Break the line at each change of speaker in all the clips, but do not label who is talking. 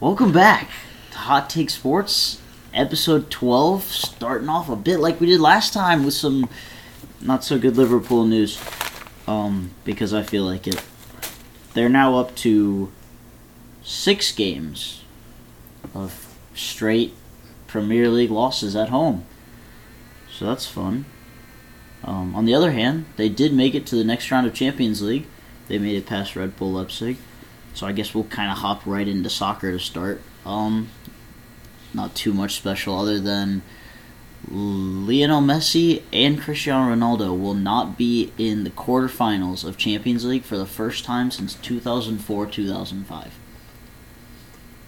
Welcome back to Hot Take Sports, episode 12, starting off a bit like we did last time with some not so good Liverpool news. Um, because I feel like it. They're now up to six games of straight Premier League losses at home. So that's fun. Um, on the other hand, they did make it to the next round of Champions League. They made it past Red Bull Leipzig. So I guess we'll kind of hop right into soccer to start. Um, not too much special other than Lionel Messi and Cristiano Ronaldo will not be in the quarterfinals of Champions League for the first time since 2004 2005.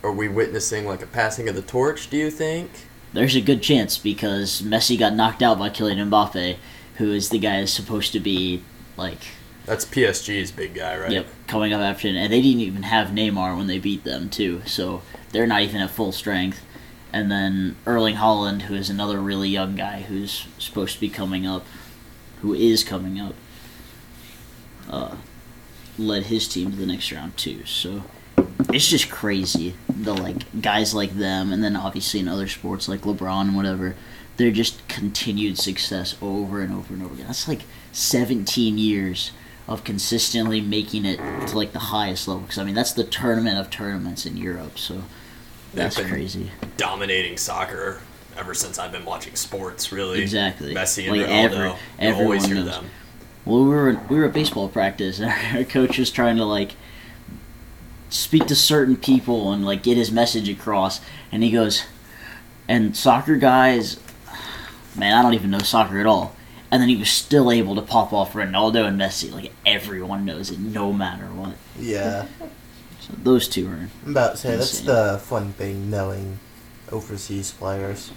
Are we witnessing like a passing of the torch, do you think?
There's a good chance because Messi got knocked out by Kylian Mbappe, who is the guy that's supposed to be like
That's PSG's big guy, right?
Yep, coming up after, and they didn't even have Neymar when they beat them too, so they're not even at full strength. And then Erling Holland, who is another really young guy who's supposed to be coming up, who is coming up, uh, led his team to the next round too. So it's just crazy. The like guys like them, and then obviously in other sports like LeBron and whatever, they're just continued success over and over and over again. That's like 17 years of consistently making it to like the highest level because I mean that's the tournament of tournaments in Europe. So that's
They've been
crazy.
Dominating soccer ever since I've been watching sports, really.
Exactly.
Messi and
Like, every-
Ronaldo. you
everyone
always hear
knows.
them.
Well, we were we were at baseball practice, and our coach was trying to like speak to certain people and like get his message across. And he goes, "And soccer guys, man, I don't even know soccer at all." And then he was still able to pop off Ronaldo and Messi. Like everyone knows it, no matter what.
Yeah,
So those two are
I'm about to say that's
Insane.
the fun thing knowing overseas players.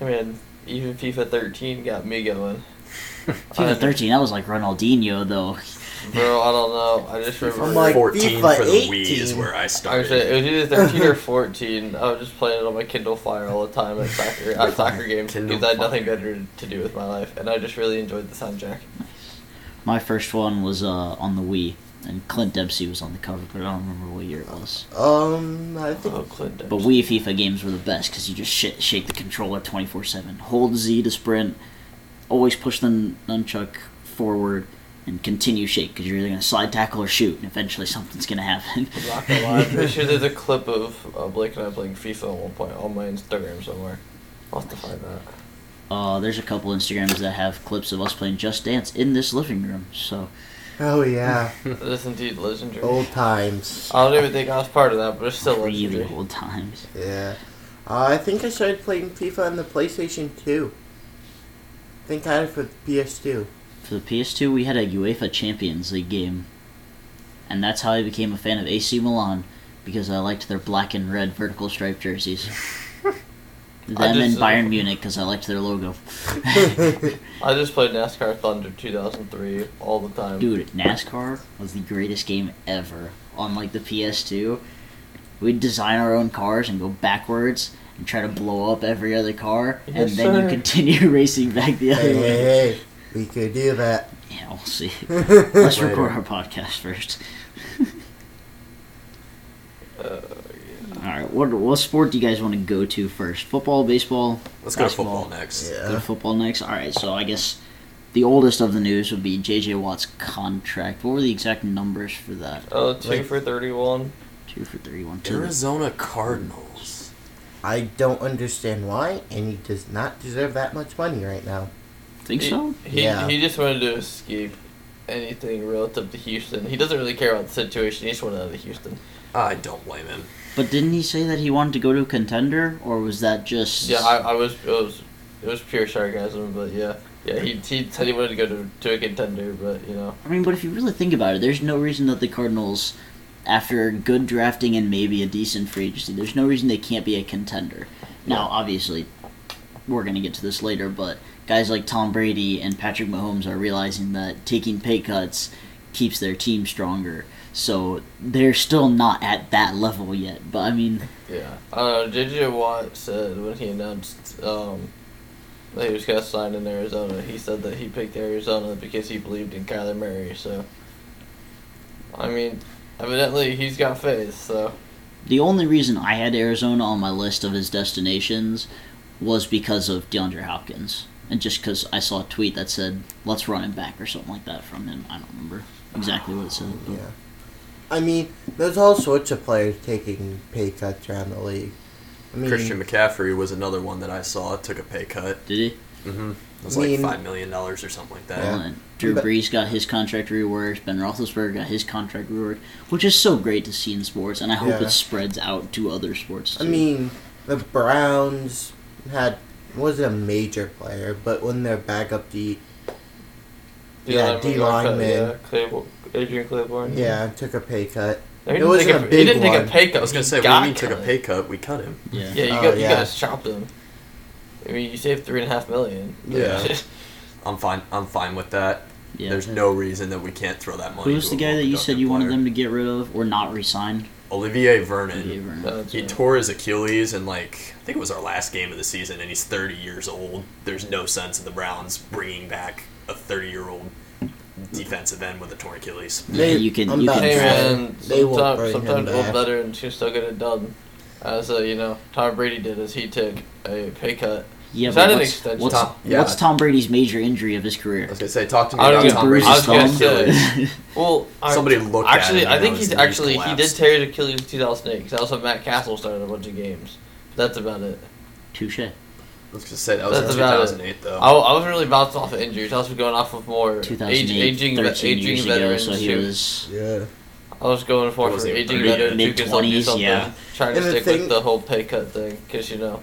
I mean, even FIFA 13 got me going.
FIFA 13. That was like Ronaldinho, though.
Bro, I don't know. I just remember.
I'm like,
14
FIFA
for the Wii
18.
is where I
I
started.
was it was either 13 or 14. I was just playing it on my Kindle Fire all the time at soccer at soccer games
Kindle
because I had nothing
Fire.
better to do with my life, and I just really enjoyed the soundtrack.
My first one was uh, on the Wii, and Clint Dempsey was on the cover, but I don't remember what year it was.
Um, I think
Oh, Clinton.
But Wii FIFA games were the best because you just shit, shake the controller 24 7. Hold Z to sprint, always push the nun- nunchuck forward, and continue shake because you're either going to slide tackle or shoot, and eventually something's going to happen.
Not gonna lie, I'm pretty sure there's a clip of uh, Blake and I playing FIFA at one point on my Instagram somewhere. I'll have to find that.
Uh, there's a couple Instagrams that have clips of us playing Just Dance in this living room, so.
Oh yeah,
This is indeed legendary.
old times.
I don't even think I was part of that, but it's still
really
legendary.
old times.
Yeah, uh, I think I started playing FIFA on the PlayStation 2. I think I had it for PS2.
For the PS2, we had a UEFA Champions League game, and that's how I became a fan of AC Milan because I liked their black and red vertical striped jerseys. Them and
just-
Bayern Munich because I liked their logo.
I just played NASCAR Thunder 2003 all the time.
Dude, NASCAR was the greatest game ever on like the PS2. We'd design our own cars and go backwards and try to blow up every other car, and
Yes,
then you
sir.
continue racing back the other
Hey, hey,
way.
hey, we could do that.
Yeah, we'll see. Let's record our podcast first.
Uh,
All right, what what sport do you guys want to go to first? Football, baseball,
Let's go to
basketball.
football next.
go to
Yeah.
football next. All right, so I guess the oldest of the news would be J.J. Watt's contract. What were the exact numbers for that?
oh, two
Like-
for 31.
Two for thirty-one. Two.
Arizona Cardinals.
I don't understand why, and he does not deserve that much money right now.
Think
he,
so?
He,
Yeah.
he just wanted to escape anything relative to Houston. He doesn't really care about the situation. He just wanted out of Houston.
I don't blame him.
But didn't he say that he wanted to go to a contender, or was that just?
Yeah, I, I was it was it was pure sarcasm, but yeah, yeah. He, he said he wanted to go to, to a contender, but you know,
I mean, but if you really think about it, there's no reason that the Cardinals, after good drafting and maybe a decent free agency, there's no reason they can't be a contender. Now,
Yeah.
obviously, we're going to get to this later, but guys like Tom Brady and Patrick Mahomes are realizing that taking pay cuts keeps their team stronger. So they're still not at that level yet. But I mean,
yeah. Uh, JJ Watt said when he announced um, that he was gonna sign in Arizona, he said that he picked Arizona because he believed in Kyler Murray. So, I mean, evidently he's got faith. So
The only reason I had Arizona on my list of his destinations was because of DeAndre Hopkins, and just because I saw a tweet that said "Let's run him back" or something like that from him. I don't remember exactly what it said. but-
Yeah. I mean, there's all sorts of players taking pay cuts around the league. I mean,
Christian McCaffrey was another one that I saw took a pay cut.
Did he?
Mm-hmm. It was
I mean-
like $5 million or something like that.
Yeah.
Well, and Drew
But-
Brees got his contract reworked. Ben Roethlisberger got his contract reworked, which is so great to see in sports, and I hope
Yeah.
it spreads out to other sports.
I
Too.
mean, the Browns had wasn't a major player, but when their backup D, Yeah, D
uh,
lineman.
Yeah, Claiborne, Adrian Claiborne.
yeah, took a pay cut.
No, he
It
didn't
wasn't
take
a big
He didn't take
one.
a pay cut.
I was going to
he
say, when
got
we took a
cut.
pay cut, we cut him.
yeah.
Yeah, you,
Oh,
got, you
yeah.
guys chopped him. I mean, you saved three and a half million.
Yeah. I'm fine. I'm fine with that.
yeah.
There's no reason that we can't throw that money.
Who was
to
the
a
guy
more
that you said
productive
you wanted
player.
them to get rid of or not resign?
Olivier Vernon.
Olivier Vernon.
That's
He
right.
tore his Achilles in like I think it was our last game of the season, and he's 30 years old. There's no sense in the Browns bringing back a 30 year old defensive end with a torn Achilles.
Yeah, you can-
I'm
you can
about to
Hey
try.
say,
man,
they will
sometimes,
bring him
sometimes
back.
old veterans can still get it done. As uh, you know, Tom Brady did, as he took a pay cut.
Yeah,
Is
but
that an
what's,
extension?
what's,
Tom- yeah.
what's Tom Brady's major injury of his
I
career?
was gonna say, talk to me
I don't
about
even-
Tom
Bruce
Brady's
I was
torn
gonna
Stone?
Achilles.
say- Well, I-
Somebody looked at
actually,
him and
I think
his
he's
knees
actually he did
collapsed.
tear his Achilles in 2008 because also Matt Castle started a bunch of games. That's about it.
Touche.
I was gonna say that was in
That's about it.
2008 though.
I, I was really bouncing off of injuries. I was going off of more age,
2008,
aging,
13
aging
years ago,
veterans
so he
too.
was.
yeah.
I was going for,
What was
for
he,
aging
thirty?
veteran
Yeah,
who can still do
mid-twenties,
something.
yeah.
Trying to
And the
stick
thing-
with the whole pay cut thing because you know,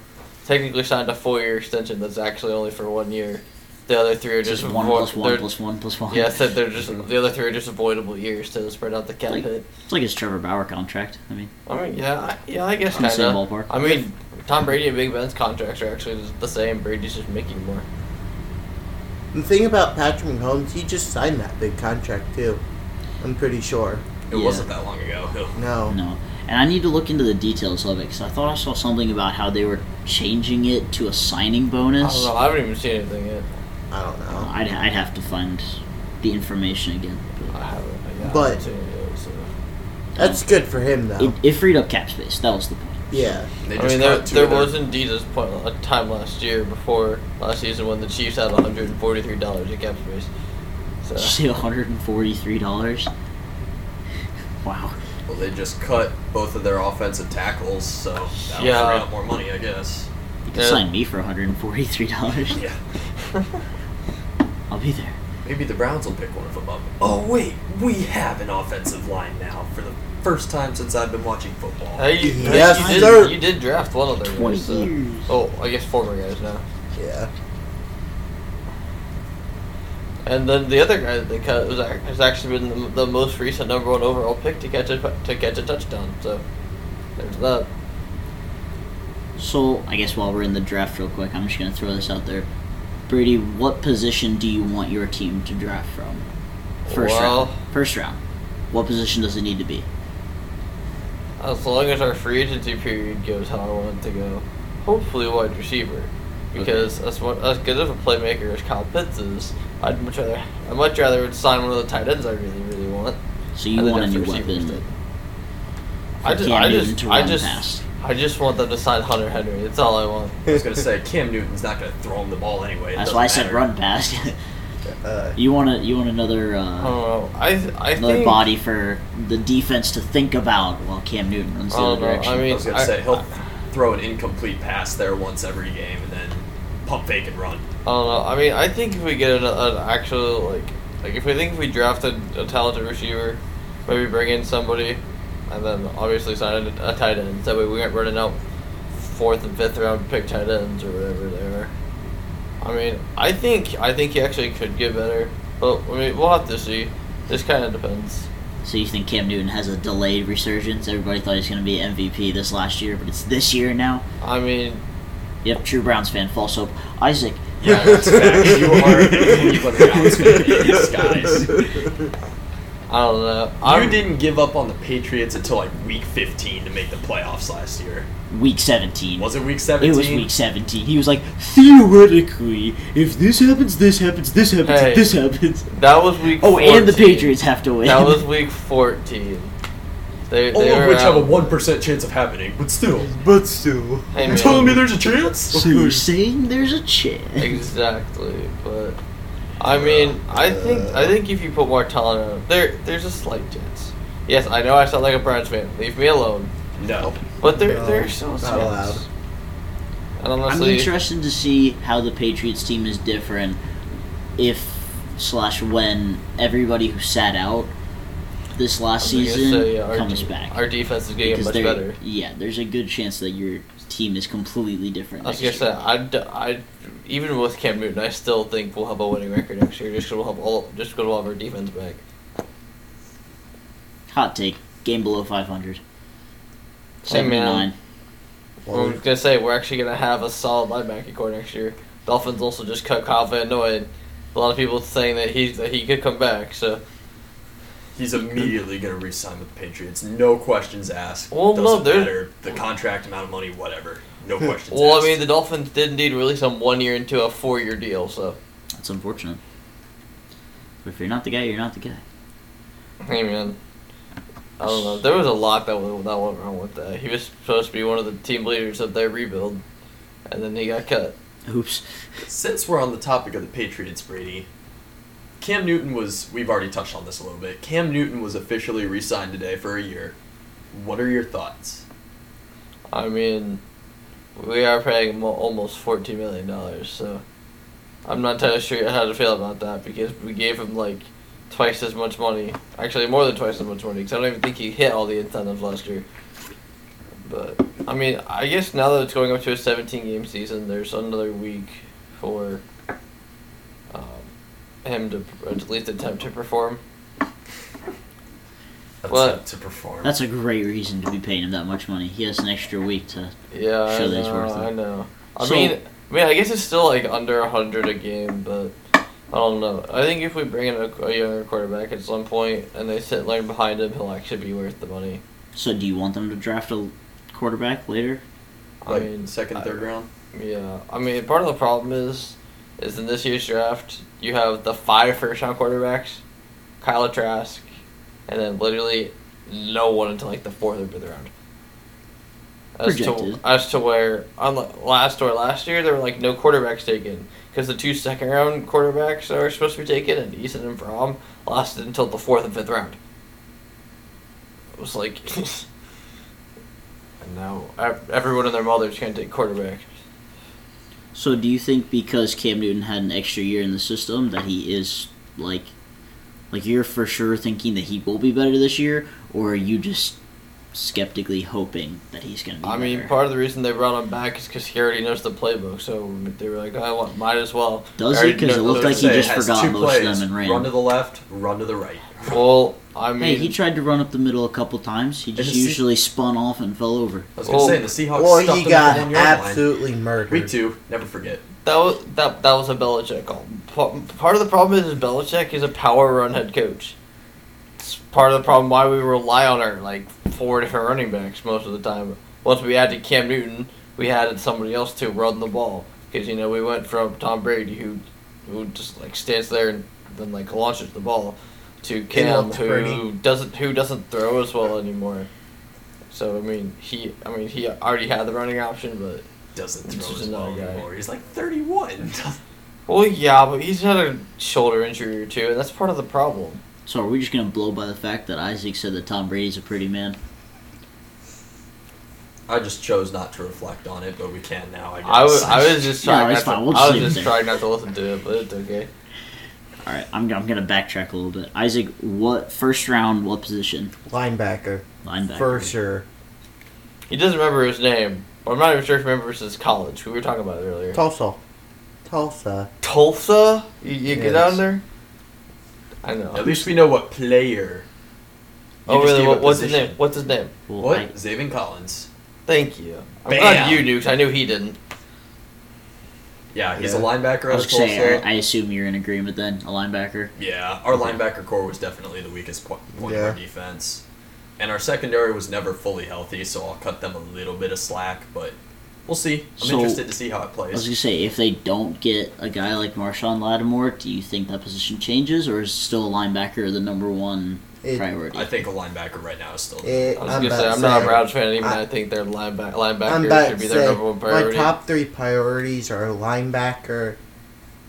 technically signed a four-year extension that's actually only for one year. The other three are just,
Just one
avo-
plus one
they're-
plus one plus one.
Yeah, I said they're just the other three are just avoidable years to spread out the cap
Like-
hit.
It's like his Trevor Bauer contract. I mean,
I mean, yeah, I, yeah, I guess
In the
kind
same
of.
ballpark.
I mean, Tom Brady and Big Ben's contracts are actually the same. Brady's just making more.
The thing about Patrick Mahomes, he just signed that big contract too. I'm pretty sure.
it
yeah.
wasn't that long ago.
No.
No. And I need to look into the details of it because I thought I saw something about how they were changing it to a signing
I
bonus.
don't know. I haven't even seen anything yet.
I don't know.
I'd, I'd have to find the information again.
I haven't. Yeah, I
But-
haven't seen it yet, so.
That's good for him though.
But it, it freed up cap space. That was the point.
yeah.
They
I
just
mean, there,
cut two
there
of their-
was indeed a, point, a time last year before last season when the Chiefs had $143 in cap space.
Did
So,
you say $143? Wow.
Well, they just cut both of their offensive tackles, so that
Yeah.
would free up more money, I guess.
You can
Yeah.
sign me for $143.
Yeah.
I'll be there.
Maybe the Browns will pick one of them up. Oh wait, we have an offensive line now for the first time since I've been watching football.
hey, you, hey,
Yes,
you,
sir.
did, you did draft one of their
20
guys. so-
years.
Oh, I guess former guys now.
Yeah.
And then the other guy that they cut was, ac- has actually been the, the most recent number one overall pick to catch a to catch a touchdown. So there's that.
So, I guess while we're in the draft, real quick, I'm just going to throw this out there. Brady, what position do you want your team to draft from? First
Well-
round. First round. What position does it need to be?
As long as our free agency period goes how I want it to go, hopefully wide receiver, because as one, as good of a playmaker as Kyle Pitts is, I'd much rather I'd much rather sign one of the tight ends I really really want.
So you
and then
want a
draft
new
the receiver instead.
weapon.
I
for
just,
Cam
I
Newton
just,
to
I
run
just,
past.
I just want them to sign Hunter Henry. That's all I want.
I was gonna say Cam Newton's not gonna throw him the ball anyway. It
That's why I
doesn't
said
matter.
run past.
Uh,
you want to you want another uh,
I don't know. I, th- Um, I
another
think.
body for the defense to think about while Cam Newton runs the
Oh, I
other
don't know.
direction.
I mean,
I was gonna
I-
say he'll throw an incomplete pass there once every game and then pump fake and run.
I don't know. I mean, I think if we get an, an actual like, like if we think if we draft a, a talented receiver, maybe bring in somebody, and then obviously sign a, a tight end. That way we aren't running out fourth and fifth round pick tight ends or whatever they are. I mean, I think I think he actually could get better, but I mean we'll have to see. This kind of depends.
so you think Cam Newton has a delayed resurgence? Everybody thought he was going to be MVP this last year, but it's this year now.
I mean,
Yep, true Browns fan, false hope. Isaac,
Yeah, that's fact. You are you are Browns fan in disguise.
I don't know.
I
I'm,
didn't give up on the Patriots until like week 15 to make the playoffs last year.
week 17.
Was it week
It
17?
was week 17. He was like, theoretically, if this happens, this happens, this happens,
Hey.
this happens.
That was week.
Oh, and the
14.
Patriots have to win.
That was week fourteen. They,
All
they
of
were
which have a
out-
one percent chance of happening, but still.
But still.
Hey,
You're
man.
telling me there's a chance?
So you're saying there's a chance?
Exactly, but I mean, I think I think if you put more talent on, there there's a slight chance. Yes, I know I sound like a Browns fan. Leave me alone.
No.
But there
No,
there's still
not
a chance.
allowed.
And
I'm
honestly,
interested to see how the Patriots team is different if slash when everybody who sat out this
I
last
was gonna
season
say, yeah, our
comes
de-
back.
Our defense is getting
Because
much
there-
better.
Yeah, there's a good chance that your team is completely different.
I was gonna
next
say,
year.
I, d- I- even with Cam Newton, I still think we'll have a winning record next year. Just because we'll have all, just because we'll have our defense back.
Hot take: game below 500.
Hey, man.
79.
I was gonna say we're actually gonna have a solid linebacker core next year. Dolphins also just cut Kyle Van Noy. and A lot of people saying that he that he could come back. So
He's immediately going to re sign with the Patriots. No questions asked.
Well, no,
Doesn't
they're-
matter. The contract, amount of money, whatever. No questions
well, I
asked.
mean the Dolphins did indeed release him one year into a four year deal. So
That's unfortunate. But if you're not the guy, you're not the guy.
hey man, I don't know. There was a lot that went, that went wrong with that. He was supposed to be one of the team leaders of their rebuild, and then he got cut.
Oops.
Since we're on the topic of the Patriots, Brady, Cam Newton was, we've already touched on this a little bit. Cam Newton was officially re signed today for a year. What are your thoughts?
I mean, we are paying him al- almost fourteen million dollars, so I'm not entirely sure how to feel about that because we gave him like twice as much money. Actually, more than twice as much money because I don't even think he hit all the incentives last year. But I mean, I guess now that it's going up to a seventeen game season, there's another week for um, him to pr- at least attempt to perform.
That's
Well,
up to perform.
That's a great reason to be paying him that much money. He has an extra week to.
Yeah,
Sure,
I,
that's
know,
worth it.
I know. I
So-
mean, I mean, I guess it's still like under hundred a game, but I don't know. I think if we bring in a, a younger quarterback at some point and they sit learn behind him, he'll actually be worth the money.
So, do you want them to draft a quarterback later?
like
I mean,
second, third round.
Yeah, I mean, part of the problem is, is in this year's draft you have the five first round quarterbacks, Kyle Trask, and then literally no one until like the fourth or fifth round. As
Projected.
to as to where on the last or last year there were like no quarterbacks taken because the two second round quarterbacks that are supposed to be taken and Eason and Fromm lasted until the fourth and fifth round. It was like, and now ev- everyone and their mothers can't take quarterbacks.
So, do you think because Cam Newton had an extra year in the system that he is like, like you're for sure thinking that he will be better this year, or are you just skeptically hoping that he's going to be?
I mean,
better?
part of the reason they brought him back is because he already knows the playbook. So they were like, "I want, might as well."
Does
I already
he? Because
know
it looked
those
like he
things.
just
It has
forgot
two
most of
plays.
them and
Run to
ran.
the left, run to the right.
Well, I mean,
Hey, he tried to run up the middle a couple times. He just
just see-
usually spun off and fell over.
I was gonna
Well-
say the Seahawks
Well,
stuffed
he
him at
got
the one yard line.
absolutely murdered.
Week two, never forget.
that was that that was a Belichick call. Pa- Part of the problem is, is Belichick is a power run head coach. It's part of the problem why we rely on our like four different running backs most of the time. Once we added Cam Newton, we added somebody else to run the ball because you know we went from Tom Brady who who just like stands there and then like launches the ball to Cam
Love
who
Brady.
doesn't who doesn't throw as well anymore. So I mean he I mean he already had the running option, but
Doesn't
It's
throw
just
his
another
ball
guy.
anymore. He's like 31.
Well, yeah, but he's had a shoulder injury or two, and that's part of the problem.
So are we just gonna blow by the fact that Isaac said that Tom Brady's a pretty man?
I just chose not to reflect on it, but we can now. I guess.
I was, I was just
No,
trying.
it's
not
fine,
to,
we'll
I
just
was
leave it
just
there.
trying not to listen to it, but it's okay.
All right, I'm, I'm gonna backtrack a little bit. Isaac, what first round? What position?
Linebacker,
Linebacker.
for sure.
He doesn't remember his name. But I'm not even sure if he remembers his college. We were talking about it earlier.
Tulsa. Tulsa.
Tulsa? You, you get
Yes.
down there? I know.
At least we know what player. You
oh
just
really?
gave
What,
a
what's his
position.
name? What's his name?
Well,
What?
I-
Zayvon Collins.
Thank you. I'm glad
Bam.
you knew 'cause I knew he didn't.
Yeah, he's
Yeah.
a linebacker
I
out
was
of
gonna say,
Tulsa.
I, I assume you're in agreement then, a linebacker.
Yeah, our linebacker core was definitely the weakest po- point of our
Yeah.
defense, and our secondary was never fully healthy. So I'll cut them a little bit of slack, but we'll see. I'm
So-
interested to see how it
I was
plays.
gonna say, if they don't get a guy like Marshawn Lattimore, do you think that position changes, or is still a linebacker the number one
It,
priority.
I think a linebacker right now is still.
it-
I was
I'm
gonna say
about
I'm not a
saying-
Browns fan even.
I-
I, think their lineback
I'm
linebacker
about
should be
to
their
say
number one
my
priority.
top three priorities are linebacker,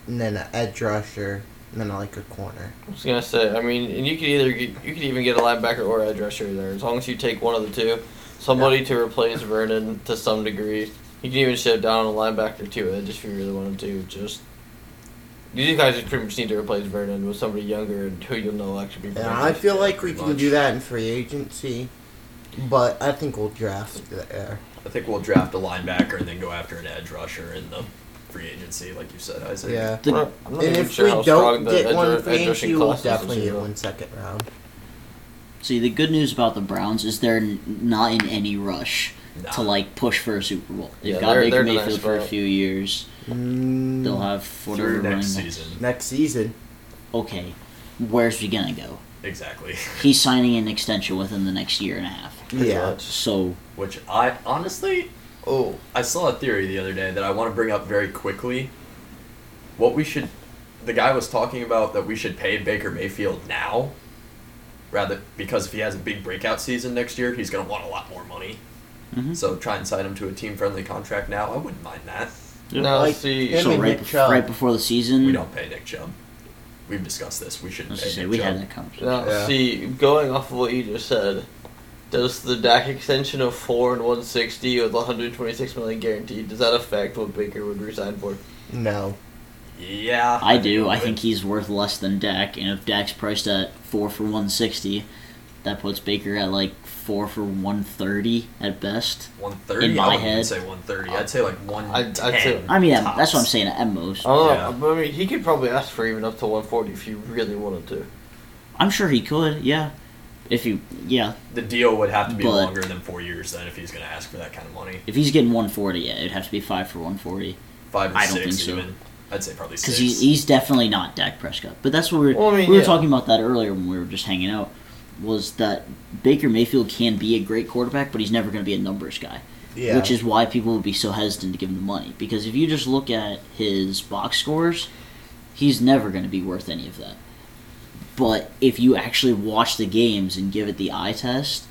and then an edge rusher, and then I like a corner.
I was gonna say. I mean, and you could either get, you could even get a linebacker or edge rusher there, as long as you take one of the two, somebody to replace Vernon to some degree. You can even ship down a linebacker to edge if you really wanted to. Just these guys just pretty much need to replace Vernon with somebody younger and who you'll know actually be.
And
playing
I
this
feel
year,
like we
pretty
can
much.
do that in free agency, but I think we'll draft there.
I think we'll draft a linebacker and then go after an edge rusher in the free agency, like you said, Isaac.
Yeah.
I'm not I'm not
And
even
if
sure how
we
strong
don't
the
get
edge,
one
ru-
in free
edge rushing
agency, we'll
class
definitely
is.
get
this
one
year.
second round.
See, the good news about the Browns is they're n- not in any rush
Nah.
to like push for a Super Bowl. They've
Yeah,
got
they're-
Baker
they're in a nice
Mayfield for a
spot.
few years.
Mm,
They'll have four
through
running
next
backs.
season.
next season.
Okay, where's he gonna go?
Exactly.
He's signing an extension within the next year and a half.
Yeah.
much.
So
Which I honestly,
Oh,
I saw a theory the other day that I want to bring up very quickly. What we should, the guy was talking about that we should pay Baker Mayfield now, rather because if he has a big breakout season next year, he's going to want a lot more money.
Mhm.
So try and sign him to a team-friendly contract now. I wouldn't mind that.
now
Like,
see,
him
so
and
right,
Nick Chubb.
right before the season,
We don't pay Nick Chubb. We've discussed this. We shouldn't
Mm. let's
pay
just say
Nick
we
Chubb.
had that conversation.
Now,
Yeah.
see, going off of what you just said, does the DAC extension of four and one sixty with one hundred twenty six million guaranteed does that affect what Baker would resign for?
No.
Yeah,
I do. I
would.
think he's worth less than Dak, and if Dak's priced at four for one sixty, that puts Baker at like four for one thirty at best.
130.
in my
I wouldn't even
head.
say 130. I'd say like 110.
I'd say-
I mean, at- that's what I'm
tops.
saying at most.
I don't know.
Yeah.
I mean, he could probably ask for even up to one forty if he really wanted to.
I'm sure he could. Yeah, if you yeah,
The deal would have to be
But-
longer than four years then if he's going to ask for that kind of money.
if he's getting one forty, yeah, it'd have to be five for one forty
Five and
I don't
six
think so.
even. I'd say probably six.
because he's he's definitely not Dak Prescott. But that's what we were
Well, I mean,
we were
yeah.
talking about that earlier when we were just hanging out. Was that Baker Mayfield can be a great quarterback, but he's never going to be a numbers guy.
Yeah.
which is why people would be so hesitant to give him the money. Because if you just look at his box scores, he's never going to be worth any of that. But if you actually watch the games and give it the eye test,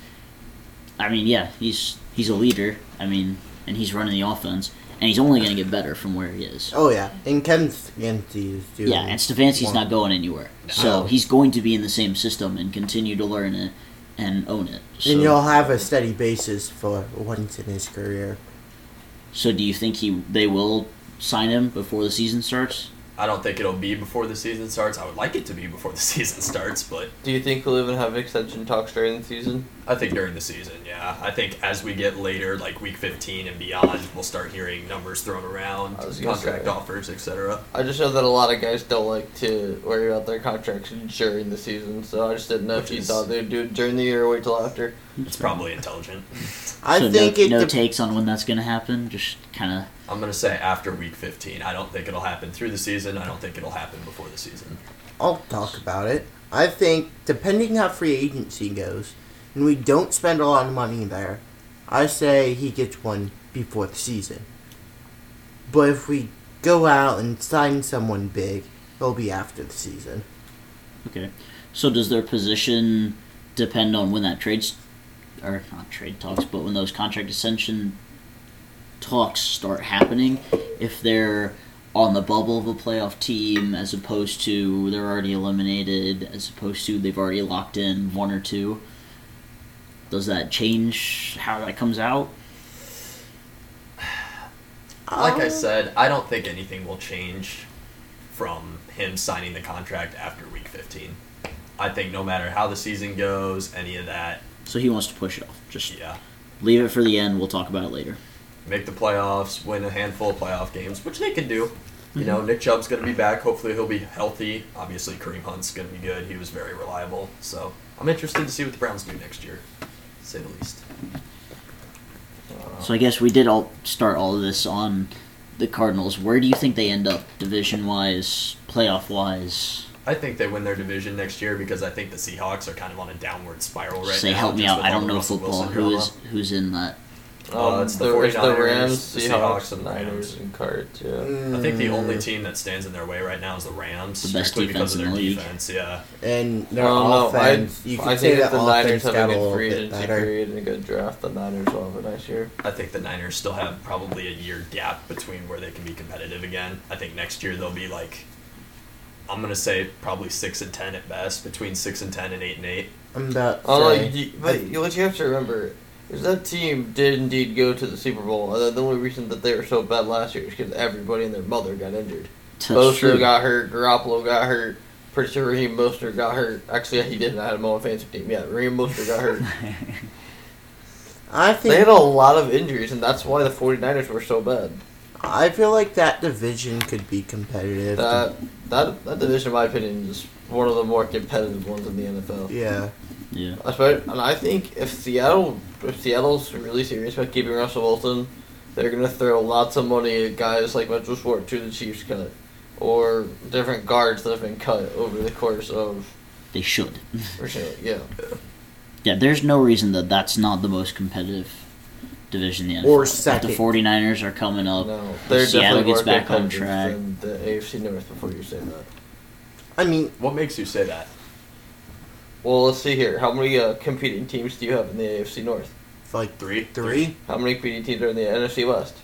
I mean, yeah, he's he's a leader. I mean, and he's running the offense, and he's only going to get better from where he is.
oh yeah. And Kevin Stefanski is doing.
yeah, and Stefanski's not going anywhere, so
No.
he's going to be in the same system and continue to learn it and own it. So,
And you'll have a steady basis for once in his career.
so do you think he they will sign him before the season starts?
I don't think it'll be before the season starts. I would like it to be before the season starts, but
Do you think he'll even have extension talks during the season?
I think during the season, yeah. I think as we get later, like week 15 and beyond, we'll start hearing numbers thrown around,
I was gonna
contract
say.
offers, etc.
I just know that a lot of guys don't like to worry about their contracts during the season, so I just didn't know
Which
if you
is-
thought they'd do it during the year or wait till after.
It's probably intelligent.
I
so
think
no,
it.
no
de-
takes on when that's gonna happen. Just kind
I'm going to say after week 15. I don't think it'll happen through the season. I don't think it'll happen before the season.
I'll talk about it. I think depending how free agency goes, and we don't spend a lot of money there, I say he gets one before the season. But if we go out and sign someone big, it'll be after the season.
of okay. So does their position depend on when that trades, or not trade talks, but when those contract extension talks start happening? If they're on the bubble of a playoff team, as opposed to they're already eliminated, as opposed to they've already locked in one or two. Does that change how that comes out?
Like I
Um,
said, I don't think anything will change from him signing the contract after week 15. I think no matter how the season goes, any of that,
So he wants to push it off. Just
yeah.
leave it for the end. We'll talk about it later.
Make the playoffs, win a handful of playoff games, which they can do. You
Mhm.
know, Nick Chubb's going to be back. Hopefully, he'll be healthy. Obviously, Kareem Hunt's going to be good. He was very reliable. So, I'm interested to see what the Browns do next year, to say the least.
So I guess we did all start all of this on the Cardinals. Where do you think they end up division wise, playoff wise?
I think they win their division next year because I think the Seahawks are kind of on a downward spiral right
Say
now.
help me
just
out.
with
I
all
don't
the
know
Russell
football.
Wilson
Who
drama.
is who's in that
Uh, it's the 49ers,
it's Um, Rams,
the
Seahawks,
Seahawks, and the
Niners,
Rams. Mm,
and Cards. Yeah.
I think the only team that stands in their way right now is the Rams,
Uh, The best
strictly because
defense
of
in
their
the league.
defense. Yeah,
And their
no,
offense,
I,
you
I
can say
think
that
if the Niners
offense
have a
got a
good
little
free
bit
agency
better.
period and a good draft, the Niners will have a nice year.
I think the Niners still have probably a year gap between where they can be competitive again. I think next year they'll be like, I'm gonna say probably six and ten at best, between six and ten and eight and eight.
I'm about to
Oh,
say,
you, but you, what you have to remember is that team did indeed go to the Super Bowl, and the only reason that they were so bad last year is because everybody and their mother got injured.
That's
Boster
true.
got hurt, Garoppolo got hurt, pretty sure Raheem Boster got hurt. Actually, he didn't. I had him on my fantasy team. Yeah, Raheem Boster got hurt.
I think
they had a lot of injuries, and that's why the 49ers were so bad.
I feel like that division could be competitive.
That, that, that division, in my opinion, is one of the more competitive ones in the NFL.
yeah,
yeah.
I suppose, and I think if Seattle, if Seattle's really serious about keeping Russell Wilson, they're gonna throw lots of money at guys like Mitchell Schwartz, to the Chiefs cut, or different guards that have been cut over the course of,
They should.
or shit, yeah.
Yeah, there's no reason that that's not the most competitive division in the NFL.
Or
If
second.
The 49ers are coming up.
No, they're
Seattle
definitely
gets
more
back on track.
competitive than the AFC North. Before you say that,
I mean,
What makes you say that?
well, let's see here. How many uh, competing teams do you have in the AFC North?
like
Three,
three,
How many competing teams are in the NFC West?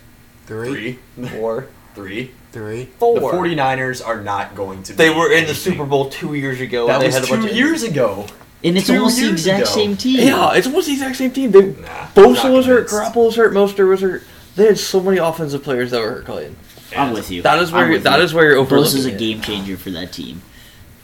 three,
three,
Four.
three.
three.
The 49ers are not going to.
They
be
were in the
anything.
Super Bowl two years ago.
That
and they
was
had a
two
bunch of
years ago.
And it's
Two
almost the
years
exact
ago.
same team.
Yeah, it's almost the exact same team. They
Nah,
Bosa
not
was hurt,
convinced.
Garoppolo was hurt, Mostert was hurt. They had so many offensive players that were hurt. Clayton.
I'm
And
with you.
That is
I'm
where
with
that
you.
is where you're overlooking.
Bosa's is a
it.
game changer for that team.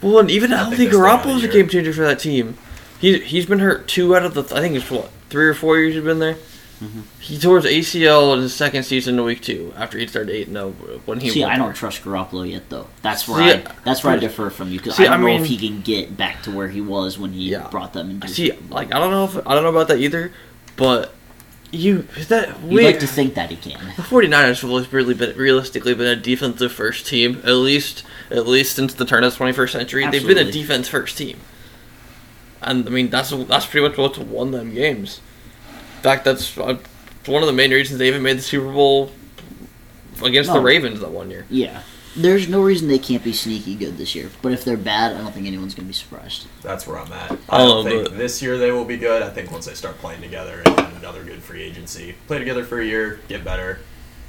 Well, and even a
I think
healthy
that's the guy of
Garoppolo is a
the
game
year.
changer for that team. He he's been hurt two out of the I think it's what three or four years he's been there.
Mm-hmm.
He tore his ACL in his second season in week two after he started eight. No, when he
See,
won.
I don't trust Garoppolo yet, though. That's where
See,
I that's where I
I-
differ from you because
See,
I don't
I
know
mean-
if he can get back to where he was when he
Yeah.
brought them into. the
see.
Super Bowl.
Like I don't know if I don't know about that either, but you that
You'd
we
like to think that he can.
The 49ers have always really been, realistically been a defensive first team, at least at least since the turn of the 21st century. They've been a
Absolutely.
defense first team. And I mean that's that's pretty much what's won them games. In fact, that's uh, one of the main reasons they even made the Super Bowl against
No.
the Ravens that one year.
Yeah. There's no reason they can't be sneaky good this year. But if they're bad, I don't think anyone's going to be surprised.
That's where I'm at. I don't
Oh,
think
but-
this year they will be good. I think once they start playing together and get another good free agency, play together for a year, get better,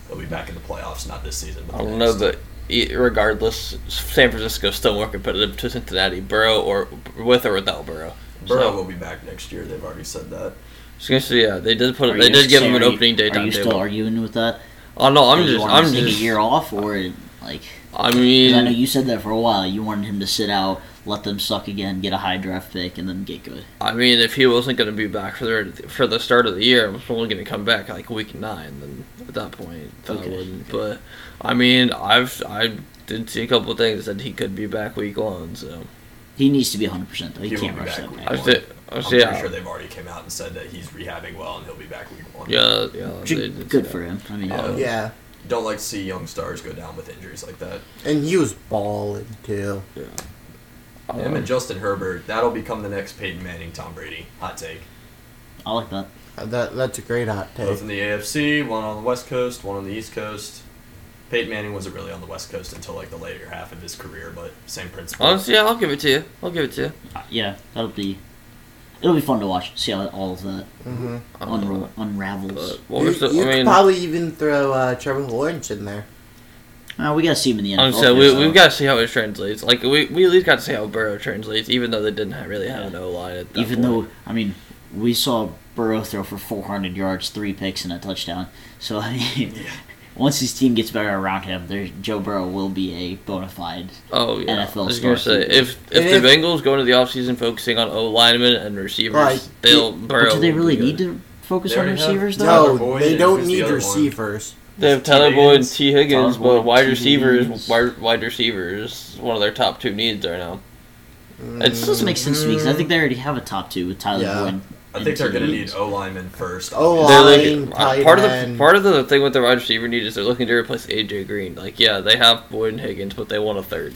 they'll be back in the playoffs. Not this season, but
I
the
don't know,
next.
but e- regardless, San Francisco's still more competitive to Cincinnati, Burrow or with or without Burrow.
Burrow
So,
will be back next year. They've already said that.
so you see, yeah, they did put
Are
they
you-
did give
say,
him an
are you-
opening day
Are you still
timetable.
arguing with that?
Oh no, I'm
Do you
just
want
I'm
him to take
just
a year off, or like?
I
'cause
mean,
I know you said that for a while. You wanted him to sit out, let them suck again, get a high draft pick, and then get good.
I mean, if he wasn't going to be back for the for the start of the year, I was only going to come back like week nine. Then at that point, then
Okay.
I wouldn't. But I mean, I've I did see a couple of things that he could be back week one. So
He needs to be 100. percent though. He,
He
can't
will be
rush
back
that
week
back.
I
one.
was Oh, I
I'm
was
pretty
yeah,
sure they've already came out and said that he's rehabbing well and he'll be back week one.
yeah, yeah,
Which
they
is
did
Good
say
for
that.
him. I mean,
Yeah.
Oh.
uh,
Yeah,
Don't like to see young stars go down with injuries like that.
and he was balling too.
Um,
Him and Justin Herbert, that'll become the next Peyton Manning, Tom Brady. Hot take.
I like that.
Uh, That that's a great hot take.
Both in the AFC, one on the West Coast, one on the East Coast. Peyton Manning wasn't really on the West Coast until like the later half of his career, but same principle.
Uh, Honestly, yeah, I'll give it to you. I'll give it to you.
Uh, Yeah, that'll be. It'll be fun to watch. See how all of that
Mm-hmm.
Uh,
unro-
But
unravels.
what
you
was the?
you
I
could
mean,
probably even throw uh, Trevor Lawrence in there.
Uh, we gotta see him in the NFL.
honestly, we,
first,
we've
though.
got to see how it translates. Like we, we at least got to see how Burrow translates, even though they didn't ha- really have an O line at that
Even
point.
though I mean, we saw Burrow throw for 400 yards, three picks, and a touchdown. So I mean,
Yeah.
once his team gets better around him, there Joe Burrow will be a bona fide.
Oh yeah,
NFL
I was gonna
star
say
keeper.
if if
And
the
if-
Bengals go into the offseason focusing on O linemen and receivers,
Right.
they'll Burrow.
But do they
will
really
be
need
good.
to focus
They
on
already have-
receivers though?
Tyler
No,
Boyd
they
and
don't
who's the
need
other one?
receivers.
They have
T.
Tyler Boyd and
Higgins.
T Higgins,
Tyler Boyd,
but wide
T.
receivers,
Higgins.
wide, wide receivers, is one of their top two needs right now. It's-
This doesn't make sense to me because I think they already have a top two with Tyler
Yeah.
Boyd.
I
and
think they're
T.
going to need
Higgins.
O lineman first.
O-line.
They're
obviously.
looking, uh,
tight
part of the
end.
part of the thing with the wide receiver need is they're looking to replace AJ Green. Like yeah, they have Boyd and Higgins, but they want a third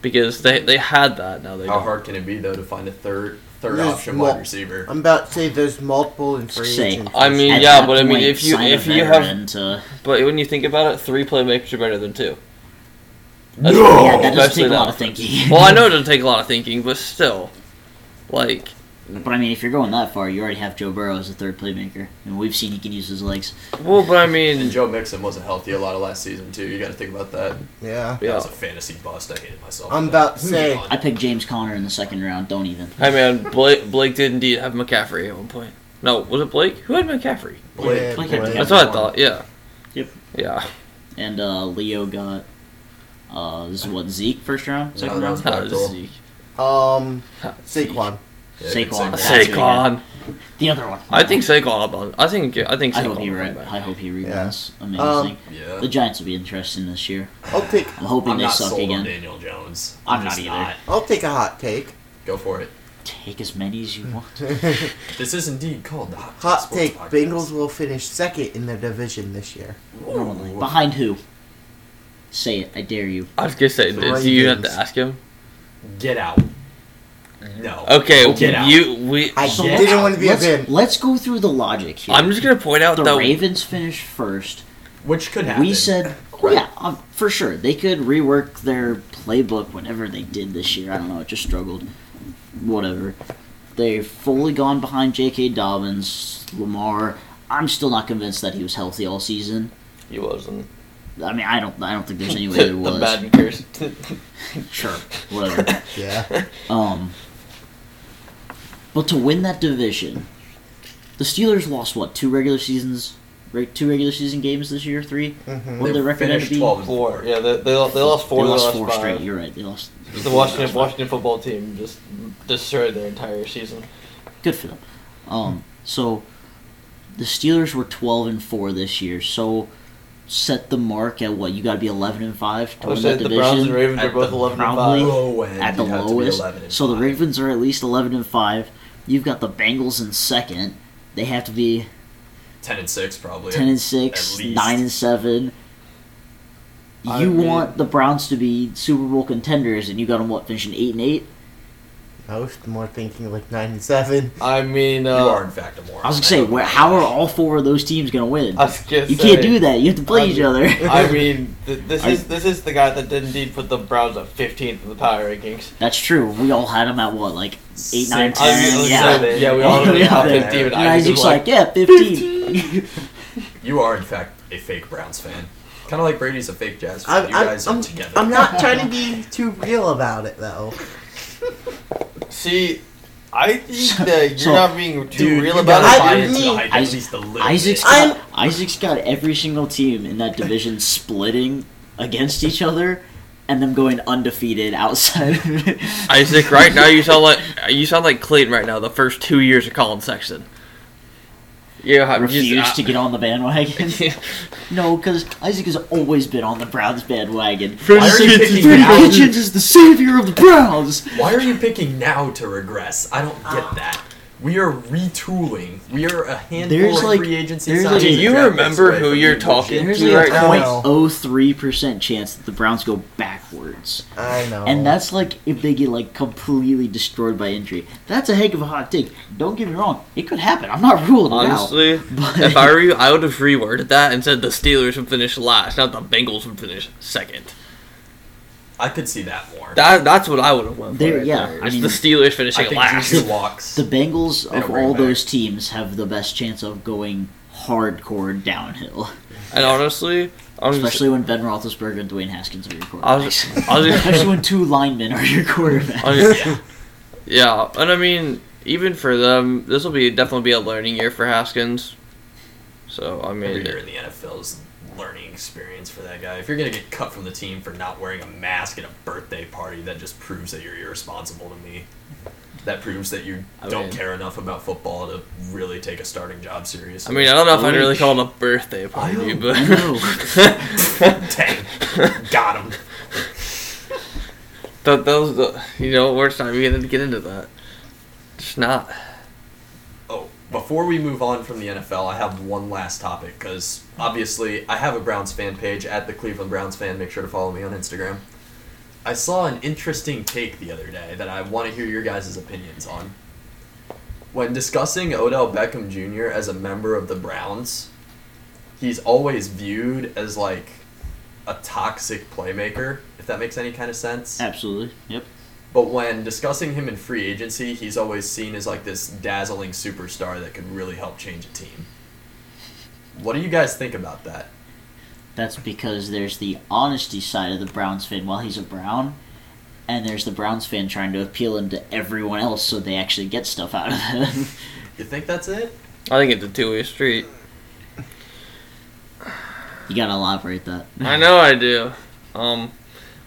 because they they had that now they
How
don't.
hard can it be though to find a third third
There's
option
mul-
wide receiver.
I'm about to say there's multiple in free
Say,
agency.
I mean,
At
yeah,
that
but I mean,
point,
if you-
sign a
if you have-
veteran to-
Uh-huh.
But when you think about it, three playmakers are better than two. That's-
No!
yeah, that does
especially
take a
that
lot of
offense.
thinking.
Well, I know it doesn't take a lot of thinking, but still, like,
But I mean, if you're going that far, you already have Joe Burrow as a third playmaker, and we've seen he can use his legs.
well, but I
And
mean,
Joe Mixon wasn't healthy a lot of last season too. You got to think about that.
Yeah.
That
yeah,
was a fantasy bust. I hated myself.
I'm
for that.
about to say-
Moving
I
on.
picked James Conner in the second round. Don't even.
I mean, Blake, Blake did indeed have McCaffrey at one point. No, was it Blake? Who had McCaffrey?
Blake.
Yeah,
Blake
Blake.
Bortles.
That's what I thought. Yeah.
Yep.
Yeah.
And uh, Leo got. Uh, this is what Zeke first round, second
No,
round.
that
How
was
does
Blake.
he-
Um,
Zeke.
Saquon.
Yeah,
Saquon.
good
Saquon.
The other one.
I think Saquon. I think I think Saquon.
I hope he
will
re-
come back.
I hope he rebounds.
Um,
Amazing. the
Yeah.
Giants will be interesting this year.
I'll take.
I'm hoping
I'm
they
not
suck
sold on
again.
Daniel Jones.
I'm
just
not either.
I'll take a hot take.
Go for it.
Take as many as you
Hmm.
want.
This is indeed called the Hot,
Hot
Sports
take:
Podcast.
Bengals will finish second in their division this year.
Normally.
Ooh.
Behind who? Say it. I dare you.
I was gonna say,
The
do you have to
Ravens.
ask him?
Get out.
Mm-hmm.
No.
Okay,
Get out.
you we.
I
So
Yeah.
let's-
didn't want to be
let's,
a bin.
Let's go through the logic here.
I'm just gonna point out
the
that
Ravens finished first.
Which could happen.
We said, oh,
Right.
yeah, um, for sure. They could rework their playbook whenever they did this year. I don't know. It just struggled. Whatever. They've fully gone behind J.K. Dobbins, Lamar. I'm still not convinced that he was healthy all season.
he wasn't.
I mean, I don't. I don't think there's any way there
the
was.
Madden curse.
Sure, whatever.
Yeah.
Um, but to win that division, the Steelers lost what two regular seasons, right? Two regular season games this year, three.
hmm
What did
They
their record end up
finished
being?
12 and
four. Yeah, they, they, lost, they lost four.
they lost,
they
four
lost
straight.
five.
You're right. They lost.
The Washington Washington football team just destroyed their entire season.
Good for them. Um, so the Steelers were twelve and four this year. So set the mark at what you got to be eleven and five to
I would
win
say
that
Oh, the
division.
Browns and Ravens
At
are both
the
eleven and
probably-
five.
Low end.
at the
you have to be
lowest.
11 and
So the
five.
Ravens are at least eleven and five. You've got the Bengals in second. They have to be
ten and six probably.
ten and six,
At least.
nine and seven. You
I agree.
want the Browns to be Super Bowl contenders, and you got them what finishing eight and eight.
I was more thinking like nine and seven.
I mean,
You are
uh,
in fact a moron.
I was gonna say, where, how are all four of those teams gonna win?
I was gonna
You
say,
can't do that. You have to play
I
each
mean-
other.
I mean, th- this
I-
is this is the guy that did indeed put the Browns at 15th in the power rankings.
That's true. We all had them at what, like eight,
Six,
nine,
I
ten.
mean, like,
yeah.
seven. yeah, we all had
Yeah.
the top
Yeah.
15. And
And
I was
Isaac's
just
like,
like,
yeah, fifteen.
You are in fact a fake Browns fan. Kind of like Brady's a fake Jazz fan.
I'm,
you
I'm,
guys
I'm,
are together.
I'm not trying to be too real about it though.
see, I think that you're
So-
not being too
Dude,
real
you
about
gotta
it.
buy
I-
it.
into the
me-
Isaac-
hype at least a little
Isaac's
bit.
got, Isaac's got every single team in that division splitting against each other, and them going undefeated outside. Of it.
Isaac, right now you sound like you sound like Clayton right now. The first two years of Colin Sexton. Yeah, I-
refuse
just-
to get on the bandwagon. no, because Isaac has always been on the Browns bandwagon.
Freddie
Why are you
Kitchens
picking
is
Freddie
now?
Kitchens is the savior of the Browns.
Why are you picking now to regress? I don't get that. We are retooling. We are a handful
There's
of
like-
free agency
there's
signings
like-
and
Do
you
draft
remember
picks away
who
from
you're
being
talking
bullshit.
There's
Do
like
right
a
now.
.03 percent chance that the Browns go backwards,
I know.
Oh.
and that's like if they get like completely destroyed by injury. That's a heck of a hot take. Don't get me wrong; it could happen. I'm not ruling
Honestly,
it out.
if I were you, I would have reworded that and said the Steelers would finish last, not the Bengals would finish second.
I could see that more.
That that's what I would have went for.
There-
right
yeah,
there.
I
It's
mean-
the Steelers
I
finishing
think
last.
Drew walks.
the Bengals
They don't
of
bring
all
it
those teams have the best chance of going hardcore downhill,
And honestly, I'm just-
especially when Ben Roethlisberger and Dwayne Haskins are your
I
quarterbacks.
was, I was
Especially when two linemen are your quarterback.
I was-
Yeah.
yeah, and I mean, even for them, this will be definitely be a learning year for Haskins. So I
Every
mean,
year in the NFL is learning experience for that guy. If you're gonna get cut from the team for not wearing a mask at a birthday party, that just proves that you're irresponsible to me. That proves that you
I
don't
mean-
care enough about football to really take a starting job
I
seriously.
mean, I don't know if I'd
Oh,
really
sh-
call it a birthday party,
know,
but
I
Dang. Got him.
that, that was the you know we're just not even gonna get into that. Just not.
Oh, before we move on from the NFL, I have one last topic because obviously I have a Browns fan page at the Cleveland Browns fan. Make sure to follow me on Instagram. I saw an interesting take the other day that I want to hear your guys' opinions on. when discussing Odell Beckham Jr. as a member of the Browns, he's always viewed as like a toxic playmaker, if that makes any kind of sense.
Absolutely. Yep.
But when discussing him in free agency, he's always seen as like this dazzling superstar that could really help change a team. What do you guys think about that?
That's because there's the honesty side of the Browns fan while he's a Brown, and there's the Browns fan trying to appeal him to everyone else so they actually get stuff out of him.
You think that's it?
I think it's a two way street.
you gotta elaborate that.
I know I do. Um,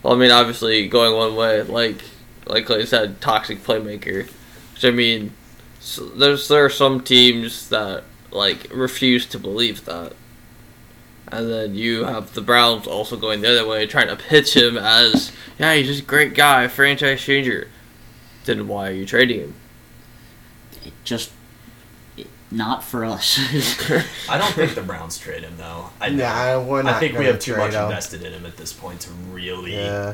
well, I mean, obviously going one way, like like Clay said, toxic playmaker. Which I mean, s there's there are some teams that like refuse to believe that, and then you have the Browns also going the other way, trying to pitch him as yeah, he's just a great guy, franchise changer. Then why are you trading him?
It just it, not for us.
I don't think the Browns trade him though. I
Nah, we're
I
not
think we
gonna
have too
trade
much
him.
invested in him at this point to really
Yeah.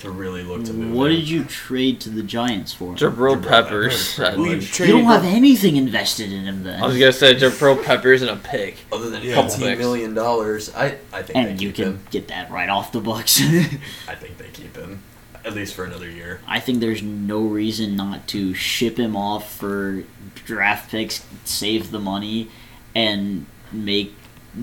to really look to move.
what
him.
did you trade to the Giants for?
Jabril
Jabril
Peppers.
Peppers.
and-
We
We've
you don't
traded-
have anything invested in him then.
I was gonna say Jabril Peppers and a pick.
other than
Yeah.
fifteen
Complex.
million dollars? I I think
and
they
you
keep
can
him.
get that right off the books.
I think they keep him at least for another year.
I think there's no reason not to ship him off for draft picks, save the money, and make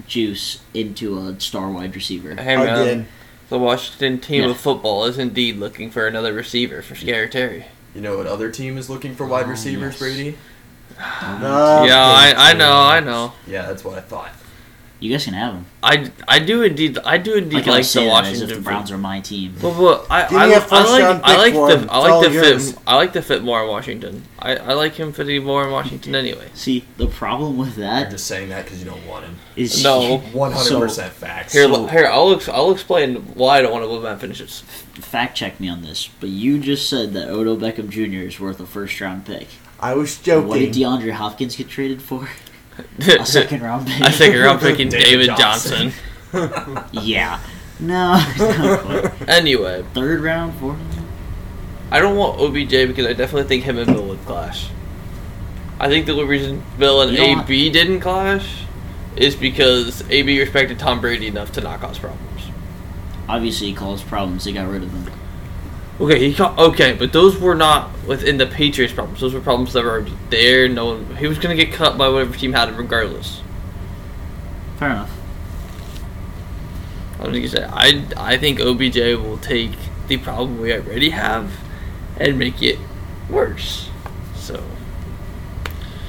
Juice into a star wide receiver.
Hey man,
Again.
the Washington team
Yeah.
of football is indeed looking for another receiver for Scary Terry.
You know what other team is looking for wide
Oh,
receivers,
yes.
Brady?
No.
Uh, yeah, I, I know, I know.
Yeah, that's what I thought.
You guys can have him.
I, I do indeed, I do indeed
Like,
like,
I
the
say that as if the
Washington
Browns
Browns.
are my team.
But, but I,
Give me a
I, I
first round
like, I
pick
like
for him.
the, I
It's all
like the
yours.
fit, I like the fit more in Washington. I, I like him fitting more in Washington anyway.
See, the problem with
You're
that
just saying that because you don't want him.
is
No.
One hundred percent facts.
Here,
So-
here, I'll, ex- I'll explain why I don't want to go back finishes.
fact check me on this, but you just said that Odo Beckham Jr. is worth a first round pick.
I was
What did
joking.
DeAndre Hopkins get traded for? A
I
second round pick.
figure I'm picking
David
David
Johnson.
Johnson.
Yeah. No. no.
Anyway,
Third round, fourth. round?
I don't want OBJ because I definitely think him and Bill would clash. I think the only reason Bill and
You don't want-
AB didn't clash is because AB respected Tom Brady enough to not cause problems.
Obviously, he caused problems. They got rid of him.
Okay, he ca- okay, but those were not within the Patriots' problems. Those were problems that were already there. No one, he was gonna get cut by whatever team had him, regardless.
Fair enough.
I'm just gonna say, I I think OBJ will take the problem we already have and make it worse. So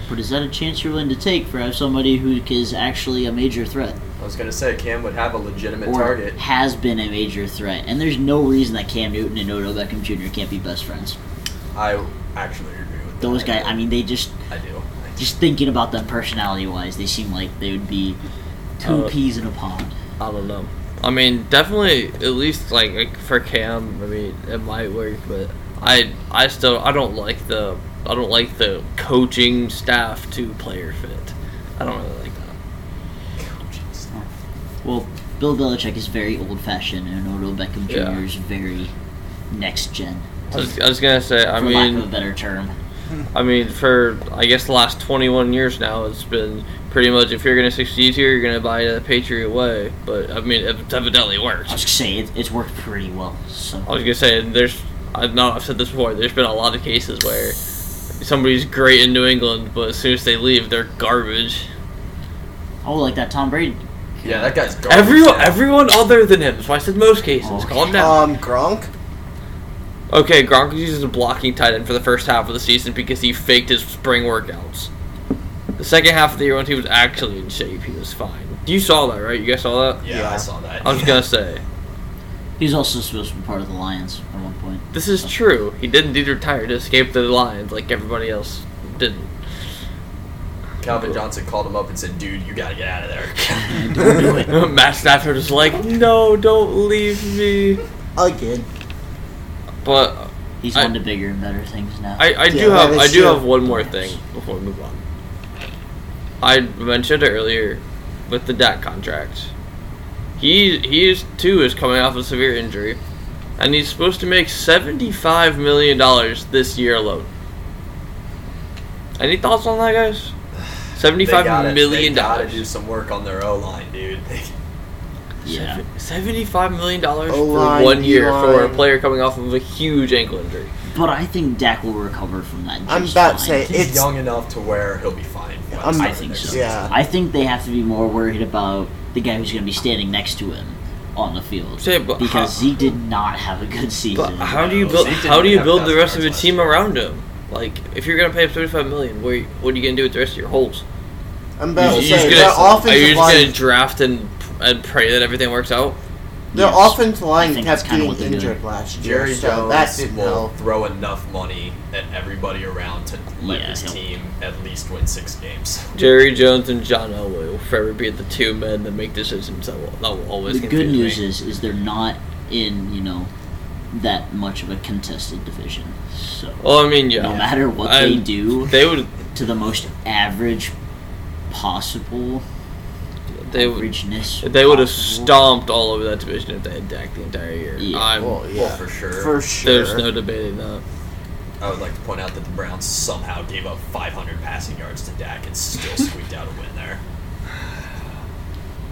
But is that a chance you're willing to take for have somebody who is actually a major threat
I was gonna say Cam would have a legitimate
or
target.
has been a major threat? And there's no reason that Cam Newton and Odell Beckham Jr. can't be best friends.
I actually agree with
Those
that.
guys, I mean, they just
I do.
just thinking about them personality-wise, they seem like they would be two
Uh,
peas in a pod.
I don't know. I mean, definitely at least like, like for Cam, I mean, it might work, but I I still I don't like the I don't like the coaching staff to player fit. I don't really like that.
Well, Bill Belichick is very old-fashioned, and Odell Beckham Jr.
Yeah.
is very next gen,
I was, I was gonna say, I
for
mean,
lack of a better term.
I mean, for I guess the last 21 years now, it's been pretty much if you're going to succeed here, you're going to buy the Patriot way. But I mean, it evidently
I was
works.
gonna say it, it's worked pretty well. So
I was going to say, and there's I know I've said this before. There's been a lot of cases where somebody's great in New England, but as soon as they leave, they're garbage.
oh, like that Tom Brady.
Yeah, that guy's garbage.
Everyone,
now.
everyone other than him. So I said most cases.
Okay.
Calm down.
Um, Gronk.
okay, Gronk was used as a blocking tight end for the first half of the season because he faked his spring workouts. The second half of the year, when he was actually in shape, he was fine. You saw that, right? You guys saw that?
yeah,
Yeah.
I saw that.
I was gonna say
He was also supposed to be part of the Lions at one point.
this is true. He did indeed retire to escape the Lions, like everybody else didn't.
Calvin Johnson called him up and said, "Dude, you gotta get out of there."
Matt Stafford was like, "No, don't leave me."
Again.
But
He's
I-
on to bigger and better things now.
I, I do
Yeah,
have
that
I
is
do
true.
have one more thing before we move on. I mentioned it earlier with the Dak contract. He he is too is coming off a severe injury, and he's supposed to make seventy five million dollars this year alone.
Any thoughts on that, guys?
They
Seventy-five
gotta-
million
They gotta do
dollars.
some work on their O line, dude. They-
Yeah.
Seventy-five million dollars
Oh
for
O-line,
one year for a
D-line.
player coming off of a huge ankle injury.
But I think Dak will recover from that.
I'm
just
about to
fine.
say-
He's
It's-
young enough to where he'll be fine. once
I'm-
I
he's
Mm.
in
think
there.
so.
Yeah.
I think they have to be more worried about the guy who's going to be standing next to him on the field
Say, but
because
how-
Zeke did not have a good
But
season.
how do you
Well,
build?
Zeke didn't
How do
even
you
have
build the
1,000
rest of your
yards
team
last year.
around him? Like, if you're gonna pay him seventy-five million, where what are you gonna do with the rest of your holes?
I'm about to
You- you just
say
gonna-
their
are you
offensive
just
line
gonna draft and and pray that everything works out?
Their
Yes.
offensive
I
line
think that's
kept
kinda
getting
what they're
injured
doing.
last year,
Jerry
so
Jones
that didn't
will
help.
throw enough money at everybody around to let
Yeah,
his
he'll-
team at least win six games.
Jerry Jones and John Elway will forever be the two men that make decisions that will, that will always.
the good
confuse me.
news is is they're not in you know that much of a contested division. So
Well, I mean, Oh, yeah.
no matter what
I-
they do
they would,
to the most average possible
they would,
richness,
they would have
possible,
stomped all over that division if they had Dak the entire year.
Yeah.
I'm,
Well, yeah,
Well, for sure.
For sure.
there's no debating that.
I would like to point out that the Browns somehow gave up 500 passing yards to Dak and still squeaked out a win there.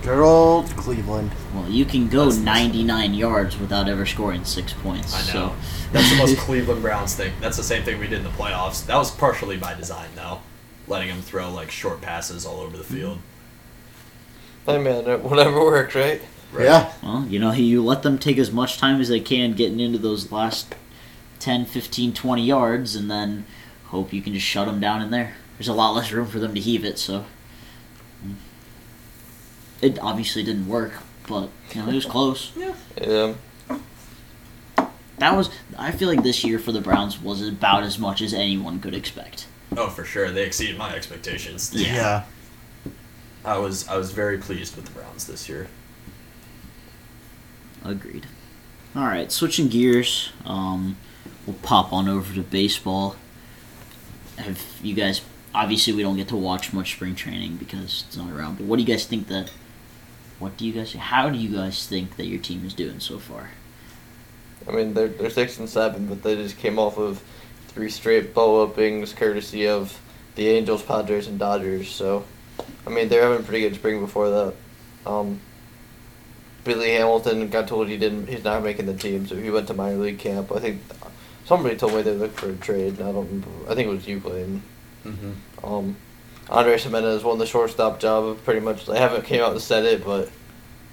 Good old Cleveland.
Well, you can go
That's-
99 yards without ever scoring six points.
I
So.
know. That's the most Cleveland Browns thing. That's the same thing we did in the playoffs. That was partially by design, though, letting him throw like short passes all over the
Mm-hmm.
field.
Hey man, whatever works, right?
Yeah.
Well, you know, you let them take as much time as they can getting into those last 10, 15, 20 yards, and then hope you can just shut them down in there. There's a lot less room for them to heave it, so. Mm. It obviously didn't work, but, you know, it was close.
Um,
Yeah.
That was. I feel like this year for the Browns was about as much as anyone could expect.
Oh, for sure. They exceeded my expectations.
Yeah.
I was I was very pleased with the Browns this year.
Agreed. All right, switching gears, um, we'll pop on over to baseball. Have you guys? Obviously, we don't get to watch much spring training because it's not around. But what do you guys think that? What do you guys? How do you guys think that your team is doing so far?
I mean, they're, they're six and seven, but they just came off of three straight blow uppings courtesy of the Angels, Padres, and Dodgers. So, I mean, they're having a pretty good spring before that. Um, Billy Hamilton got told he didn't. He's not making the team, so he went to minor league camp. I think somebody told me they looked for a trade. And I don't. Remember. I think it was you, Clayton.
Mm-hmm.
Um, Andre Jimenez won the shortstop job. Pretty much, they haven't came out and said it, but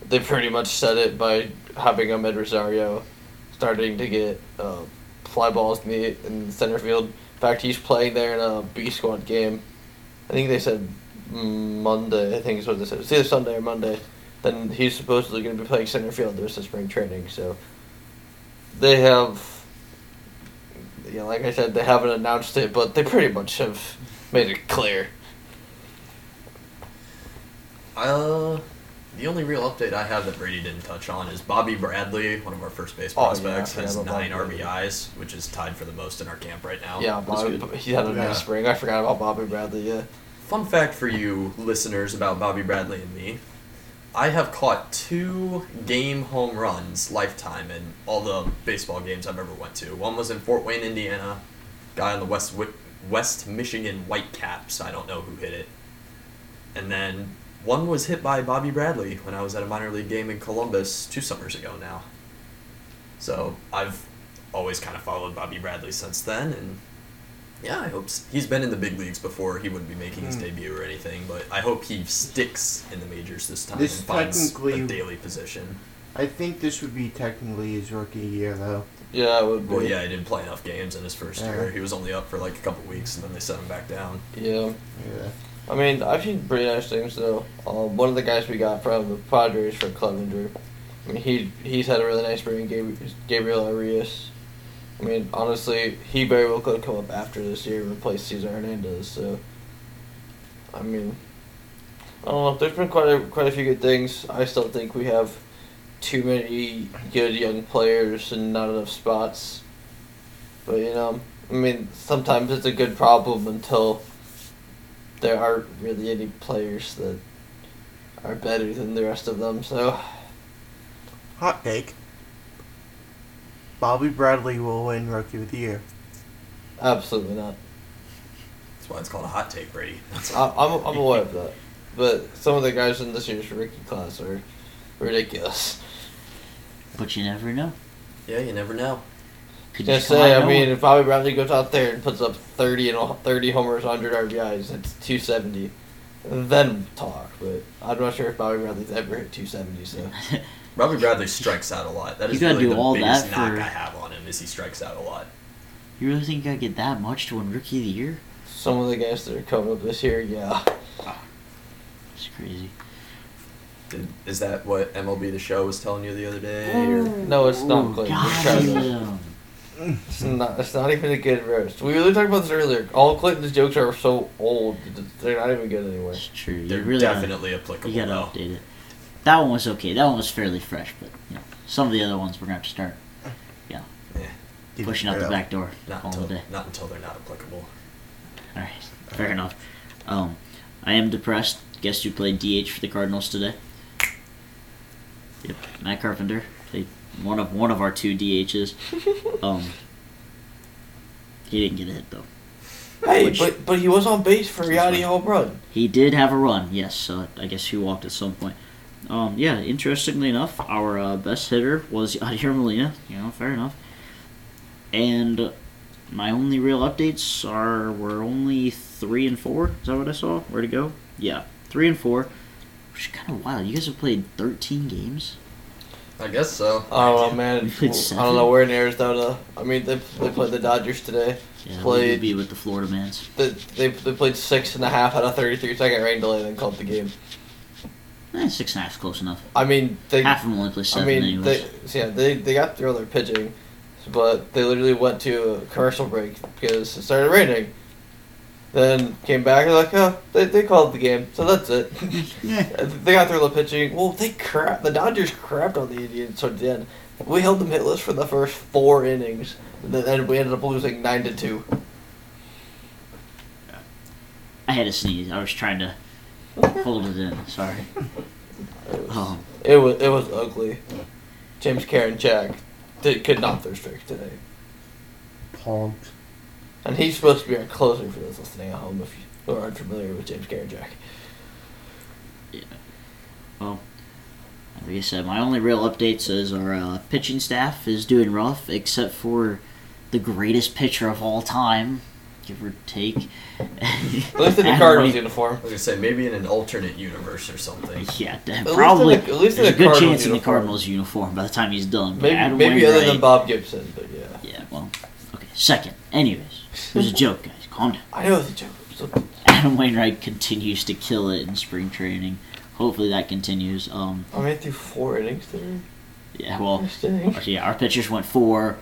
they pretty much said it by having Ahmed Rosario starting to get uh, fly balls in the in center field. In fact, he's playing there in a B squad game. I think they said Monday. I think is what they said. It's either Sunday or Monday. Then he's supposedly going to be playing center field the rest of spring training. So they have yeah, like I said, they haven't announced it, but they pretty much have made it clear.
Uh, the only real update I have that Brady didn't touch on is Bobby Bradley, one of our first base
Oh, yeah,
prospects,
I
has
forgot about
nine
Bobby Bradley.
RBIs, which is tied for the most in our camp right now.
yeah,
that's
Bobby,
good.
he had a
Yeah.
nice spring. I forgot about Bobby Bradley. Yeah,
Fun fact for you listeners about Bobby Bradley and me. I have caught two game home runs lifetime in all the baseball games I've ever went to. One was in Fort Wayne, Indiana. Guy on the West Wi- West Michigan Whitecaps. I don't know who hit it. And then one was hit by Bobby Bradley when I was at a minor league game in Columbus two summers ago now. So I've always kind of followed Bobby Bradley since then, and yeah, I hope s he's been in the big leagues before. He wouldn't be making his
Hmm.
debut or anything, but I hope he sticks in the majors this time
This
and finds a
technically-
daily position.
I think this would be technically his rookie year, though.
yeah, it would be.
Well, yeah, he didn't play enough games in his first
Yeah.
year. He was only up for like a couple weeks, and then they sent him back down.
yeah.
Yeah.
I mean, I've seen pretty nice things though. Um, one of the guys we got from the Padres for Clevenger. I mean, he he's had a really nice spring. Gab- Gabriel Arias. I mean, honestly, he very well could come up after this year and replace Cesar Hernandez. So, I mean, I don't know. There's been quite a, quite a few good things. I still think we have too many good young players and not enough spots. But you know, I mean, sometimes it's a good problem until there aren't really any players that are better than the rest of them. So
Hot take. Bobby Bradley will win Rookie of the Year.
absolutely not.
That's why it's called a hot take, Brady. That's
I, I'm, I'm aware of that. But some of the guys in this year's rookie class are ridiculous.
But you never know.
yeah, you never know.
Could
Just
just come out
say,
of
I mean,
nowhere.
if Bobby Bradley goes out there and puts up 30 and 30 homers, 100 RBIs, that's 270. Then talk, but I'm not sure if Bobby Bradley's ever hit 270. So
Robbie Bradley strikes out a lot. That
You
is
gotta
really
do
the
all
biggest
that
knock
for-
I have on him is he strikes out a lot.
you really think I get that much to win Rookie of the Year?
some of the guys that are coming up this year, yeah,
It's crazy.
Did, is that what MLB The Show was telling you the other day? Or
Mm.
No, it's not
Ooh,
clean.
God,
Try
damn.
that. it's not. It's not even a good roast. We really talked about this earlier. All Clinton's jokes are so old; that they're not even good anymore.
It's true. You
they're
really gotta,
definitely applicable.
you gotta
though.
update it. That one was okay. That one was fairly fresh, but you know, some of the other ones we're gonna have to start
Dude,
pushing out the
yeah.
back door
Not
all
until
day.
not until they're not applicable.
All right, fair enough. Um, I am depressed. Guess who played DH for the Cardinals today? Yep, Matt Carpenter played one of one of our two DHs. Um, he didn't get a hit though.
Hey,
Which-
but but he was on base for Yadi home run.
He did have a run, yes. So I guess he walked at some point. Um, yeah, interestingly enough, our uh, best hitter was Yadier Molina. You know, fair enough. And my only real updates are we're only three and four. Is that what I saw? Where to go? Yeah, three and four, which is kind of wild. You guys have played thirteen games.
I guess so.
Oh man,
He played
I
seven?
don't know. We're in Arizona. I mean, they they played the Dodgers today.
Yeah,
Played-
we'd be with the Florida Mans.
They, they, they played six and a half out of thirty-three second rain delay, and then called the game.
Eh, six and a half is close enough.
I mean, they
Half of them only play seven,
I mean,
anyways.
they, so yeah, they, they got through all their pitching, but they literally went to a commercial break because it started raining. Then came back and like, oh, they, they called the game, so that's it.
Yeah.
they got through all the pitching. Well, they crap. The Dodgers crapped on the Indians towards the end. We held them hitless for the first four innings, and then we ended up losing nine to two.
I had a sneeze. I was trying to hold it in. Sorry.
It was,
Um,
it was it was ugly. James Karen Jack did, could not throw strikes today.
Pumped.
And he's supposed to be our closer for those listening at home if you who are unfamiliar with James Karinchak.
Like I said, my only real updates is our uh, pitching staff is doing rough, except for the greatest pitcher of all time, give or take.
At least in the
Adam
Cardinals
Wainwright.
uniform.
I was gonna say maybe in an alternate universe or something.
Yeah, de-
least in
probably.
the- at least in
there's a
the
good
Cardinals
chance in the
uniform.
Cardinals uniform by the time he's done. but
Maybe
Adam
maybe other than
Wainwright-
Bob Gibson, but yeah.
Yeah, well, okay. Second, anyways, it was a joke, guys. Calm down.
I know it's a joke. So,
Adam Wainwright continues to kill it in spring training. Hopefully that continues. Um,
I made through four innings there.
yeah, well,
First inning.
yeah, our pitchers went four,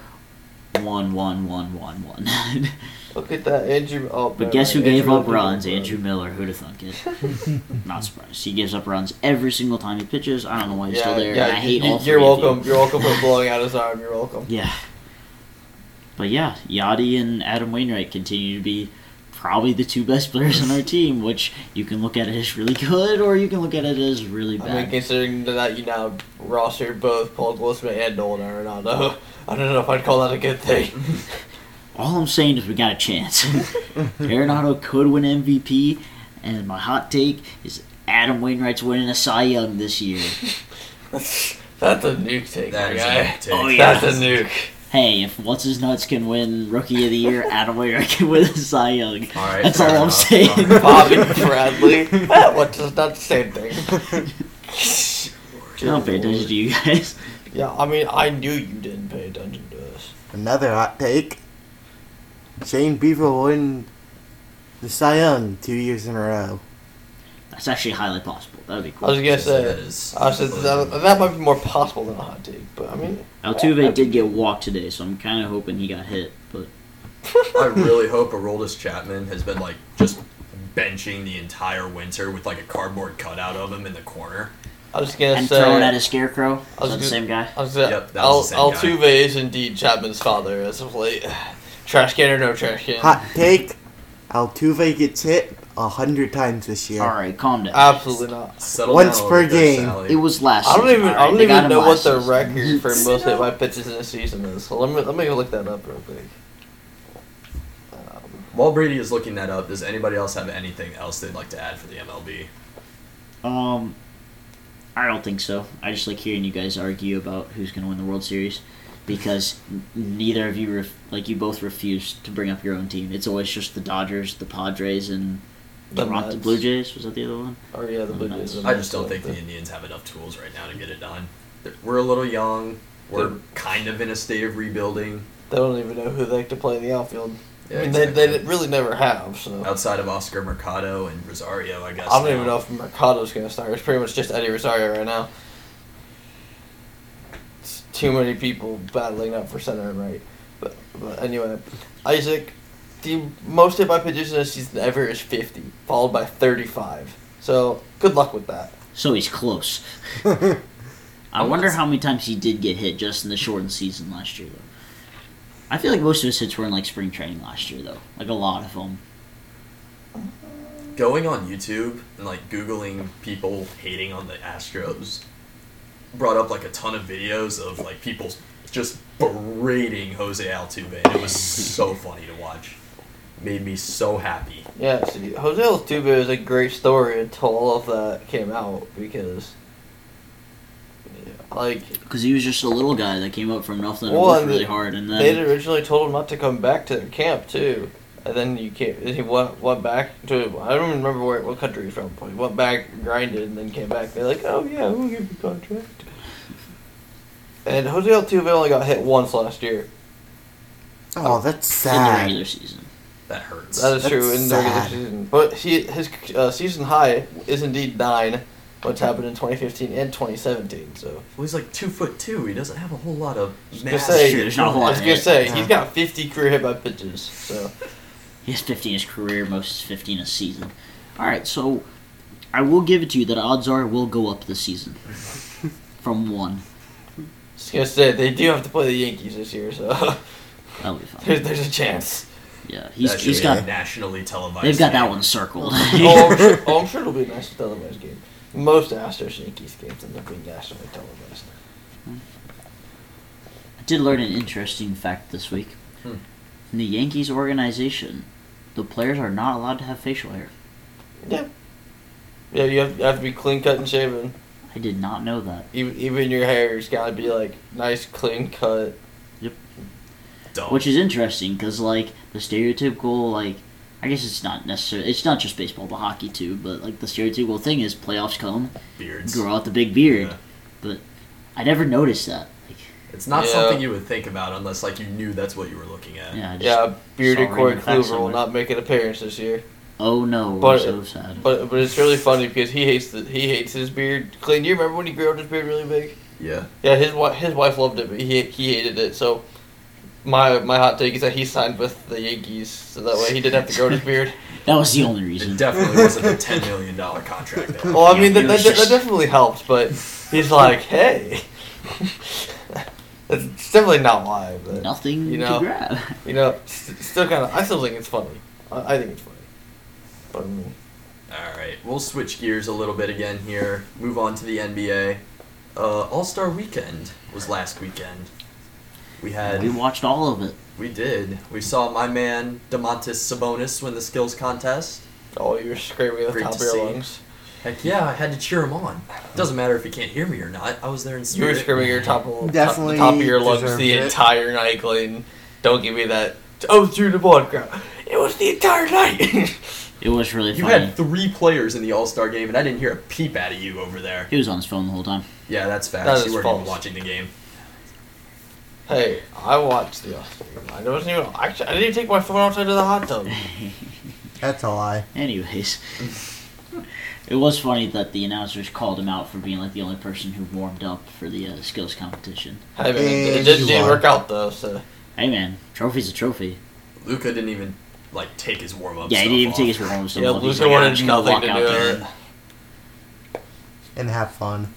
one, one, one, one, one.
Look at that, Andrew. Oh,
But
never
guess who
mind.
gave
Andrew
up
Miller
runs?
gave up
Andrew Miller. Who'd have thunk it? Not surprised. He gives up runs every single time he pitches. I don't know why he's
Yeah,
still there.
yeah,
and I hate
you,
all
You're
three of you.
welcome. You're welcome for blowing out his arm. You're welcome.
Yeah. But yeah, Yachty and Adam Wainwright continue to be probably the two best players on our team, which you can look at it as really good or you can look at it as really
I mean,
bad.
considering that you now rostered both Paul Goldschmidt and Nolan Arenado, I don't know if I'd call that a good thing.
All I'm saying is we got a chance. Arenado could win MVP, and my hot take is Adam Wainwright's winning a Cy Young this year.
That's a nuke take,
That
my
is
guy.
a take.
Oh, yeah.
That's a nuke.
hey, if what's his nuts can win Rookie of the Year, Adam Wainwright can win the Cy Young.
All right,
That's
fair
all I'm
enough.
saying.
All right.
Bobby Bradley. That was just not the same thing.
I don't pay attention to you guys.
Yeah, I mean, I knew you didn't pay attention to us.
Another hot take. Shane Beaver won the Cy Young two years in a row.
That's actually highly possible. That'd be
I was
cool.
gonna say,
That is-
I um, was just, that, that might be more possible than a hot take, but I mean,
Altuve did get walked today, so I'm kind of hoping he got hit. But
I really hope Aroldis Chapman has been like just benching the entire winter with like a cardboard cutout of him in the corner.
I was gonna
and
say,
throwing at a scarecrow.
I was
Is that the
gonna-
same guy?
I was gonna,
Yep, that
Al,
was the same
Altuve
guy.
is indeed Chapman's father as of late. Trash can or no trash can?
Hot take. Altuve gets hit a hundred times this year.
All right, calm down.
Absolutely not.
Settle
Once
down
per
over there,
game.
Sally.
it was last.
I don't
season,
even,
all
I
right?
don't
They got
even
him
know what
last
the
season.
record for most hit by pitches in a season is. So let me let me look that up real quick. Um,
While Brady is looking that up, does anybody else have anything else they'd like to add for the MLB?
Um, I don't think so. I just like hearing you guys argue about who's going to win the World Series because n- neither of you ref- like you both refuse to bring up your own team. It's always just the Dodgers, the Padres, and
The
the Toronto
Mets.
Blue Jays. Was that the other one?
Or yeah, the Blue Jays.
I just don't think the Indians have enough tools right now to get it done. They're- We're a little young. We're kind of in a state of rebuilding
They don't even know who they like to play in the outfield.
Yeah,
I mean,
exactly.
they, they really never have. So
outside of Oscar Mercado and Rosario, I guess.
I don't
now.
even know if Mercado's gonna start. It's pretty much just Eddie Rosario right now. It's too many people battling up for center and right. But, but anyway, Isaac, the most hit by pitches in a season ever is fifty, followed by thirty-five. So good luck with that.
So he's close. I
I'm
wonder
not-
how many times he did get hit just in the shortened season last year, though. I feel like most of his hits were in like spring training last year, though. Like a lot of them.
Going on YouTube and like Googling people hating on the Astros brought up like a ton of videos of like people just berating Jose Altuve. And it was so funny to watch. Made me so happy.
Yeah, see, Jose Altuve is a great story until all of that came out because, yeah, like,
Because he was just a little guy that came up from nothing and
Well,
worked
and
really
they-
hard, and
they had
then
originally told him not to come back to their camp too, and then you came. and He went went back to I don't even remember where what country he's from. But he went back, grinded, and then came back. They're like, oh yeah, we'll give you a contract. And Jose Altuve only got hit once last year.
Oh, that's
in the
sad.
regular season.
That hurts.
That is
That's
true in the regular
sad.
season. But he, his uh, season high is indeed nine, which happened in 2015 and 2017. So
Well, he's like two foot two. He doesn't have a whole lot of
I was
mass.
gonna say,
There's not a whole
I
lot
was
of
gonna
hit.
say
Yeah.
he's got 50 career hit by pitches. So
He has 15 in his career, most is 15 a season. All right, so I will give it to you that odds are will go up this season from one.
I was gonna say they do have to play the Yankees this year. So.
That'll be fine.
There's, there's a chance.
Yeah, he's,
That should
he's
be a
got
nationally televised.
they've got that
game.
one circled.
oh, I'm sure, oh, I'm sure it'll be a national televised game. Most Astros and Yankees games end up being nationally televised.
I did learn an interesting fact this week.
Hmm.
In the Yankees organization, the players are not allowed to have facial hair.
Yeah. Yeah, you have, you have to be clean cut and shaven.
I did not know that.
Even, even your hair's gotta be like nice, clean cut.
Dumb.
Which is interesting because, like, the stereotypical, like, I guess it's not necessarily, it's not just baseball, but hockey too, but, like, the stereotypical thing is playoffs come,
beards.
grow out the big beard.
Yeah.
But I never noticed that. Like,
It's not
Yeah.
something you would think about unless like you knew that's what you were looking at.
yeah, I just,
Yeah, bearded
saw
Corey
random facts
Kluber will
somewhere.
not make an appearance this year.
oh no,
But-
I'm so sad.
But but it's really funny because he hates the, he hates his beard. Clean. You remember when he grew out his beard really big?
Yeah.
Yeah, his wife his wife loved it, but he he hated it. So my my hot take is that he signed with the Yankees, so that way he didn't have to grow his beard.
that was the only reason.
It definitely wasn't a ten million dollar contract. Though.
Well, I mean,
Yeah, it
that, that,
was
that
just-
definitely helps, but he's like, hey. it's definitely not why, but,
Nothing
You know.
to grab.
you know, st- still kind of, I still think it's funny. I, I think it's funny. But, I mean,
All right, we'll switch gears a little bit again here. Move on to the NBA. Uh, All Star Weekend was last weekend. We had
we watched all of it.
we did we saw my man Demontis Sabonis win the skills contest.
oh, you're screaming at the
Great
top
to
of your
see.
lungs.
Heck yeah, I had to cheer him on. Doesn't matter if he can't hear me or not. I was there in
You were
spirit.
screaming your top of, top, the
Definitely
top of your lungs
deserved
the
it.
entire night, Clayton. Don't give me that. Oh, through the ball crowd. It was the entire night.
It was really
You
funny.
had three players in the All Star game, and I didn't hear a peep out of you over there.
he was on his phone the whole time.
Yeah, that's facts.
That is
you weren't even
false.
watching the game.
hey, I watched the All-Star game. I wasn't even. Actually, I didn't even take my phone outside of the hot tub.
That's a lie.
Anyways, it was funny that the announcers called him out for being like the only person who warmed up for the uh, skills competition.
Hey man, it, it
And
did,
you
did
are.
work out though. So
Hey man, trophy's a trophy.
Luca didn't even like take his warm up.
yeah, he didn't even take his warm up.
Yeah, Luka wanted nothing to do with it.
And have fun.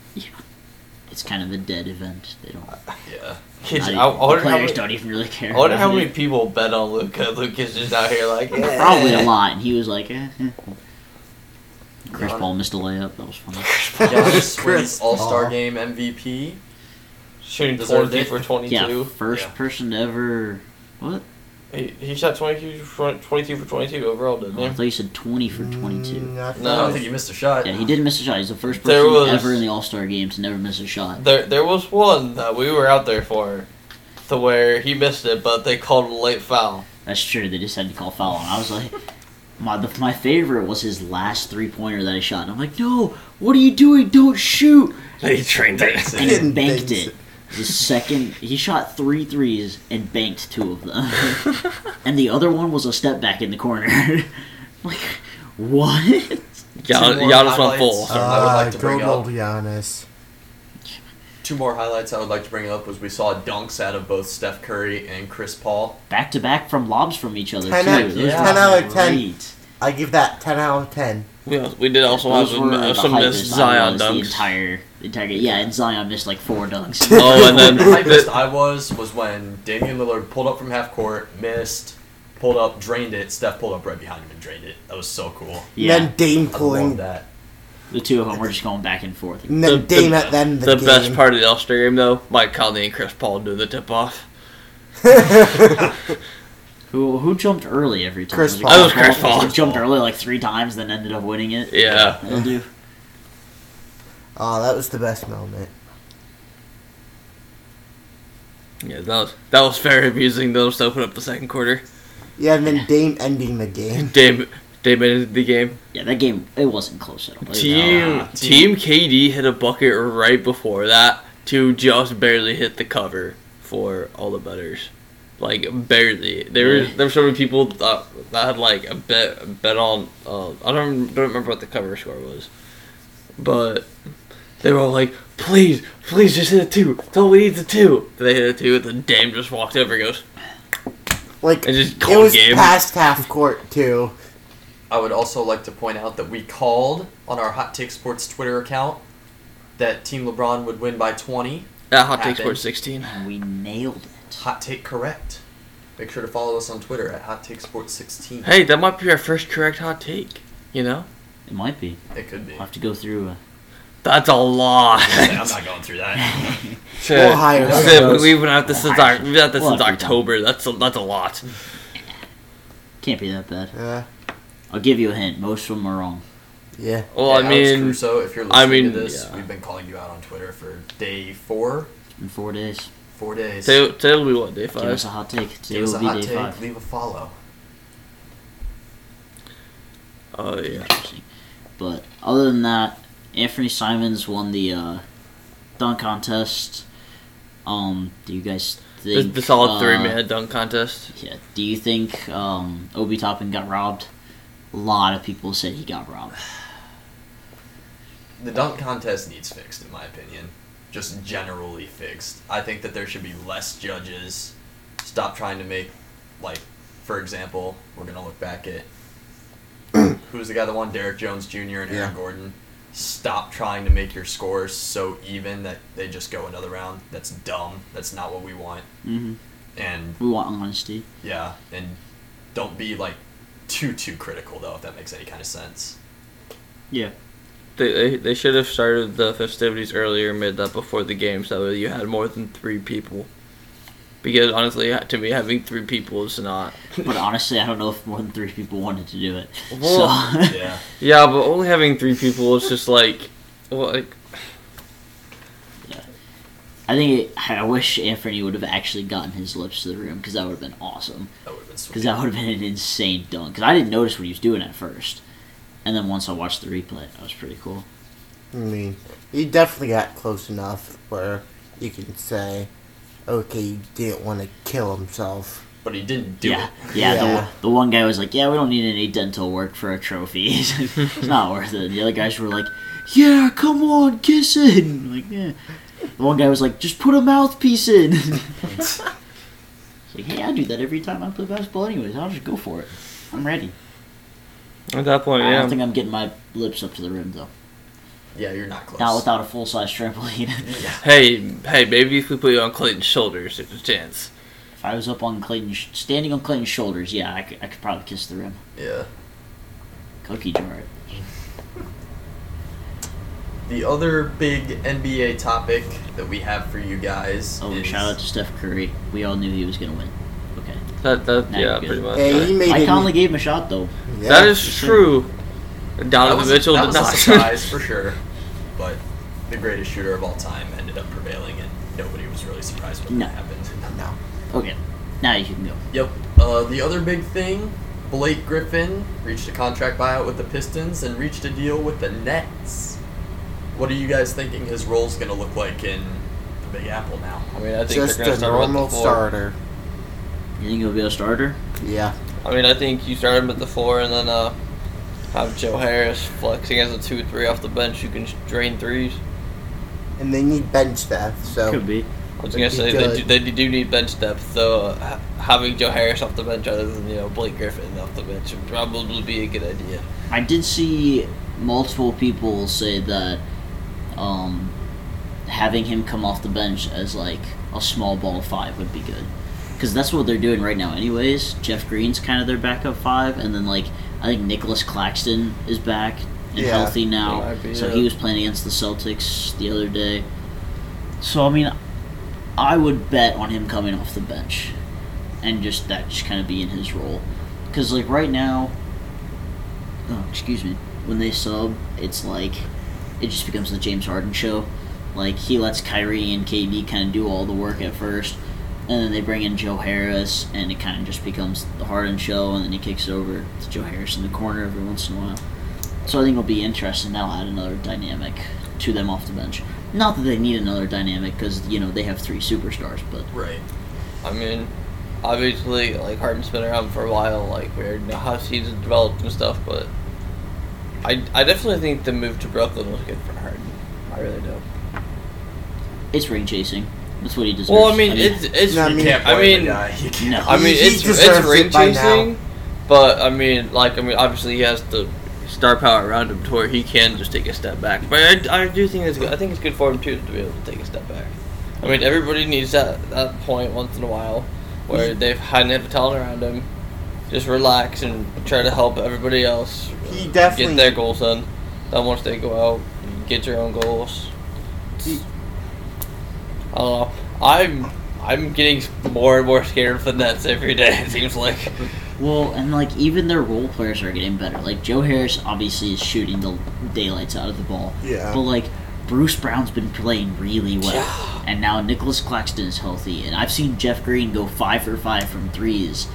It's kind of a dead event. They don't.
Yeah,
kids,
not
I,
even-
I
the
wonder,
players
how many,
don't even really care.
I wonder how
about
many
it.
people bet on Luca. Luca's just out here like yeah.
Probably a lot. And he was like, eh, eh. Chris
Got it.
Paul missed a layup. That was funny.
Giannis wins
Chris
All Star
Paul.
Game MVP.
shooting
Deserved
twenty
it.
for twenty-two.
Yeah, first
Yeah.
person to ever. What?
He, he shot 22 for, 22 for 22 overall, didn't
I
he?
thought you said 20 for 22.
Mm, I
No.
I don't
thought-
think he missed a shot.
Yeah, he did miss a shot. He's the first
There
person
was-
ever in the All Star game to never miss a shot.
There, there was one that we were out there for, to where he missed it, but they called a late foul.
That's true. They just had to call foul. And I was like, my the, my favorite was his last three pointer that I shot. And I'm like, no, what are you doing? Don't shoot.
He trained it.
And
Didn't
he banked
think
it. The second he shot three threes and banked two of them, and the other one was a step back in the corner. like, what?
Gian- more Giannis went highlights. full. I would like to
Ah, good
bring up-
old Giannis.
Two more highlights I would like to bring up was we saw dunks out of both Steph Curry and Chris Paul.
Back to back from lobs from each other.
10
too.
out-
Those
10
were
out of 10.
great.
I give that 10 out of 10.
We, al- we did also have
Those were
some, uh,
the
some
hypest
missed Zion
highlights The
dunks.
entire, entire game. Yeah, and Zion missed like four dunks.
Oh, and then
the hypest
the,
I was was when Damian Lillard pulled up from half court, missed, pulled up, drained it. Steph pulled up right behind him and drained it. That was so cool.
yeah,
And then Dame
I love
pulling.
that.
the two of them were just going back and forth.
And
The-
then
the-
Dame at them the,
the
game.
best part of the Ulster game, though, Mike Conley and Chris Paul doing the tip off.
Who who jumped early every time?
Chris
Was it
Paul. That
was Chris Paul.
He Jumped early like three times, then ended up winning it.
Yeah.
That'll do.
Oh, that was the best moment.
Yeah, that was that was very amusing. Though to open up the second quarter,
Yeah, and then Dame ending the game.
Dame Dame ended the game.
Yeah, that game it wasn't close at all. It was,
Team
uh,
Team KD hit a bucket right before that to just barely hit the cover for all the betters. Like barely. There were there were so many people that, that had like a bet a bet on. Uh, I don't don't remember what the cover score was, but they were all like, "Please, please, just hit a two. That's all we need is a two. They hit a two, and then Dame just walked over and goes,
Like,
and just
it
called
was
game.
past half court, too.
I would also like to point out that we called on our Hot Take Sports Twitter account that Team LeBron would win by 20.
At Hot Take
Happened.
Sports 16.
and we nailed it.
Hot Take correct. Make sure to follow us on Twitter at Hot Take Sports 16.
Hey, that might be our first correct hot take. You know,
It might be.
It could be.
I'll have to go through. Uh,
that's a lot.
Yeah, I'm not going through that.
So-
We'll hire
so
someone.
we've been at this since our, we've been at this
We'll
since
have to do
October. That's a, that's a lot.
can't be that bad.
Yeah.
I'll give you a hint. Most of them are wrong.
Yeah.
Well,
Yeah,
I
Alex
mean,
Caruso, if you're listening
I mean,
to this,
yeah.
we've been calling you out on Twitter for day four,
In four days,
four days.
today, today will be what day
give us
five.
a hot take. Today
Give us
will
a
be
hot
day
take.
five.
Leave a follow.
Oh yeah.
Interesting. But other than that, Anthony Simons won the uh, dunk contest. Um, do you guys
The,
think
the solid three
uh,
man dunk contest.
Yeah. Do you think um, Obi Toppin got robbed? A lot of people said he got robbed.
The dunk contest needs fixed, in my opinion. Just generally fixed. I think that there should be less judges. Stop trying to make, like, for example, we're gonna look back at who's the guy that won Derek Jones Jr. and
Yeah.
Aaron Gordon. Stop trying to make your scores so even that they just go another round. That's dumb. That's not what we want.
hmm
And
We want honesty.
yeah, and don't be like too too critical though, if that makes any kind of sense.
Yeah.
They, they, they should have started the festivities earlier, made that before the game, so you had more than three people. Because honestly, to me, having three people is not.
But honestly, I don't know if more than three people wanted to do it.
Well-
so
Yeah.
Yeah, but only having three people is just like, well, like
I think it, I wish Anthony would have actually gotten his lips to the rim because that would have been awesome.
That would have been sweet.
Because that would have been an insane dunk. Because I didn't notice what he was doing at first, and then once I watched the replay, that was pretty cool.
I mean, you definitely got close enough where you can say, okay, he didn't want to kill himself.
But he didn't do
yeah,
it.
yeah.
Yeah.
The, the one guy was like, "Yeah, we don't need any dental work for a trophy. it's not worth it." The other guys were like, "Yeah, come on, kiss it." I'm like, yeah. The one guy was like, "Just put a mouthpiece in." It's like, hey, I do that every time I play basketball. Anyways, I'll just go for it. I'm ready.
at that point,
I
Oh, yeah.
don't think I'm getting my lips up to the rim though.
Yeah, you're not close.
Not without a full size trampoline.
yeah.
Hey, hey, maybe if we put you on Clayton's shoulders, there's a chance.
if I was up on Clayton, standing on Clayton's shoulders, yeah, I could, I could probably kiss the rim.
Yeah.
Cookie jar. it.
The other big NBA topic that we have for you guys
Oh, and
is
shout out to Steph Curry. We all knew he was gonna win. Okay.
That that
Nah,
yeah,
good.
pretty much.
And he made
I
it.
only gave him a shot though.
yeah.
that is true.
That
Donovan
was,
Mitchell
that
did
was
not.
a surprise for sure, but the greatest shooter of all time ended up prevailing, and nobody was really surprised when
No.
that happened.
No.
Okay, now you can go.
Yep. Uh, the other big thing, Blake Griffin reached a contract buyout with the Pistons and reached a deal with the Nets. What are you guys thinking his role's going to look like in the Big Apple now?
I mean, I think
Just
they're gonna
a
start him at the
normal
four.
starter.
You think he'll be a starter?
Yeah.
I mean, I think you start him at the four and then uh, have Joe Harris flexing as a two three off the bench. You can sh- drain threes.
And they need bench depth, so
Could be.
I was
That'd
gonna
be
say they
good.
do, they do need bench depth, though. ha- Having Joe Harris off the bench, other than you know Blake Griffin off the bench, would probably be a good idea.
I did see multiple people say that um, having him come off the bench as like a small ball five would be good because that's what they're doing right now, anyways. Jeff Green's kind of their backup five, and then like I think Nicholas Claxton is back and
Yeah.
healthy now,
Might be,
so
yeah.
he was playing against the Celtics the other day. So I mean, I would bet on him coming off the bench, and just that just kind of being his role, because like right now, oh excuse me, when they sub, it's like it just becomes the James Harden show. Like he lets Kyrie and KD kind of do all the work at first, and then they bring in Joe Harris, and it kind of just becomes the Harden show, and then he kicks it over to Joe Harris in the corner every once in a while. So I think it'll be interesting. That'll add another dynamic to them off the bench. Not that they need another dynamic because you know they have three superstars, but
Right.
I mean, obviously, like Harden's been around for a while. Like we already know how seasons developed and stuff, but I, I definitely think the move to Brooklyn was good for Harden. I really do.
it's ring chasing. That's what he deserves.
Well, I mean, it's it's.
No, I
I
You
mean,
mean-
can't
I
blame
mean,
the guy. You can't.
no.
I mean,
He- he
it's it's
deserves
ring
it by now.
chasing, but I mean, like, I mean, obviously he has the star power around him to where he can just take a step back. But I, I do think it's good. I think it's good for him too to be able to take a step back. I mean, everybody needs that that point once in a while where they've hadn't had the talent around him. Just relax and try to help everybody else uh,
He definitely-
get their goals done. Then once they go out, you get your own goals.
He-
I don't know. I'm I'm getting more and more scared of the Nets every day. It seems like.
Well, and like even their role players are getting better. Like Joe Harris obviously is shooting the daylights out of the ball.
Yeah.
But like Bruce Brown's been playing really well. And now Nicholas Claxton is healthy. And I've seen Jeff Green go five for five from threes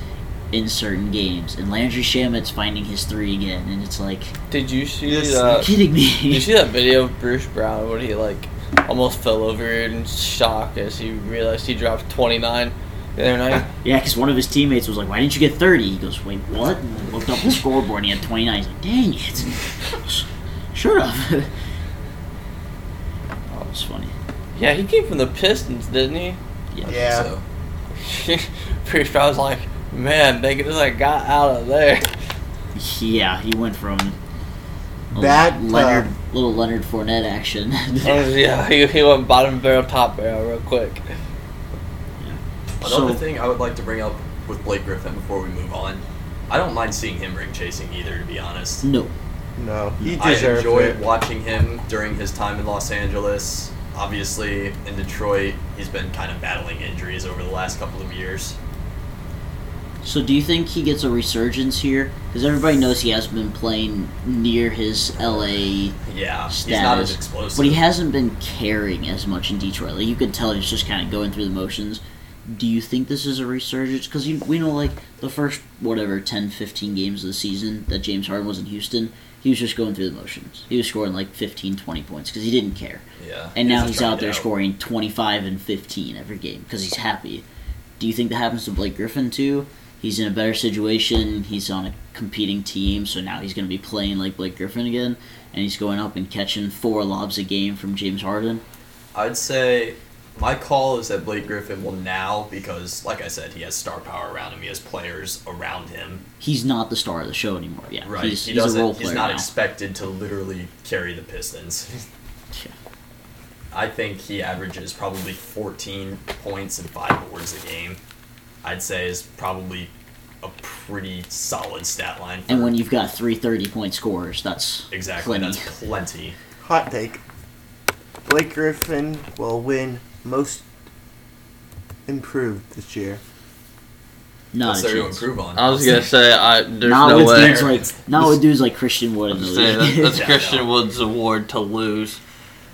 in certain games. And Landry Shamit's finding his three again. And it's like
Did you see
Yes.
Are
that?
you kidding me.
Did Uh, you see that video of Bruce Brown when he like almost fell over in shock as he realized he dropped 29 the other night?
Yeah, because one of his teammates was like, "Why didn't you get 30? He goes, "Wait, what?" And I looked up the scoreboard, and he had twenty nine. He's like, "Dang it! Shut up!" oh, it's funny.
yeah, he came from the Pistons, didn't he?
Yeah.
Yeah.
So,
Bruce Brown's like, man, they just like got out of there.
Yeah, he went from a
That,
Leonard,
uh,
little Leonard Fournette action.
yeah, he, he went bottom barrel, top barrel, real quick.
another
So-
thing I would like to bring up with Blake Griffin before we move on, I don't mind seeing him ring chasing either, to be honest.
no,
no. He
I
deserves
enjoy
it.
watching him during his time in Los Angeles. Obviously, in Detroit, he's been kind of battling injuries over the last couple of years.
So do you think he gets a resurgence here? Because everybody knows he has been playing near his LA
Yeah,
status,
he's not as explosive.
but he hasn't been caring as much in Detroit. Like you could tell, he's just kind of going through the motions. Do you think this is a resurgence? Because we know, like the first whatever 10, 15 games of the season that James Harden was in Houston, he was just going through the motions. He was scoring like 15, 20 points because he didn't care.
yeah,
And now
just
he's
trying
out
to
there
get out.
scoring 25 and 15 every game because he's happy. Do you think that happens to Blake Griffin too? He's in a better situation. He's on a competing team, so now he's going to be playing like Blake Griffin again, and he's going up and catching four lobs a game from James Harden.
I'd say my call is that Blake Griffin will now because, like I said, he has star power around him. He has players around him.
He's not the star of the show anymore. Yeah,
Right.
he's,
he
he's
doesn't.
a role player
he's not
now.
expected to literally carry the Pistons.
Yeah.
I think he averages probably 14 points and five boards a game. I'd say is probably a pretty solid stat line. For
and when you've got three 30-point scorers, that's
exactly
plenty.
that's plenty.
Hot take. Blake Griffin will win most improved this year.
Not
What's
a
there to
chance.
improve on?
I was gonna say I there's
Not
no
with
way.
dudes like not with dudes like Christian Wood in
I'm
the
saying that-
league.
that's
Yeah,
Christian
no.
Wood's award to lose.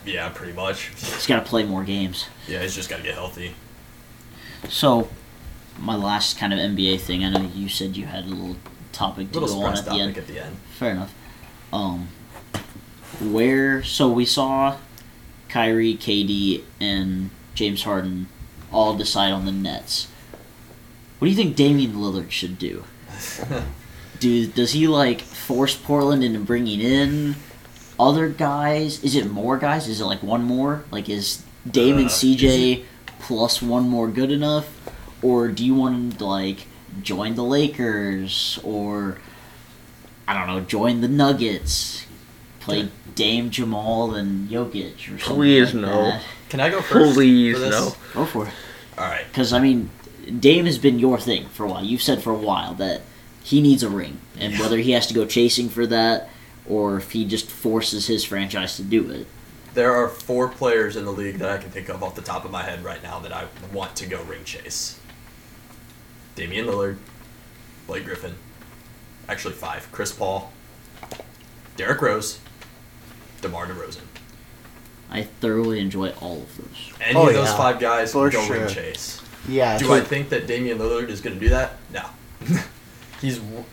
Yeah, pretty much.
He's got to play more games.
Yeah, he's just got to get healthy.
So, my last kind of NBA thing. I know you said you had a little topic to
Little
go on
surprise
at the
topic
end.
at the end.
Fair enough. Um, where so we saw Kyrie, KD, and James Harden all decide on the Nets. What do you think Damian Lillard should do? do does he like force Portland into bringing in other guys? Is it more guys? Is it like one more? Like is Dame and
Uh,
CJ plus one more good enough? Or do you want him to like join the Lakers or I don't know, join the Nuggets, play Dame Jamal and Jokic or something.
Please
like
no.
that?
Can I go first? for
Please,
this?
no.
Go for it.
All right.
Because I mean, Dame has been your thing for a while. You've said for a while that he needs a ring, and
Yeah.
whether he has to go chasing for that or if he just forces his franchise to do it.
There are four players in the league that I can think of off the top of my head right now that I want to go ring chase. Damian Lillard, Blake Griffin, actually five. Chris Paul, Derrick Rose, DeMar DeRozan.
I thoroughly enjoy all of those.
Any
Oh,
of those
yeah.
five guys
For
go
sure.
ring chase.
Yeah.
Do I think that Damian Lillard is going to do that? No. he's w-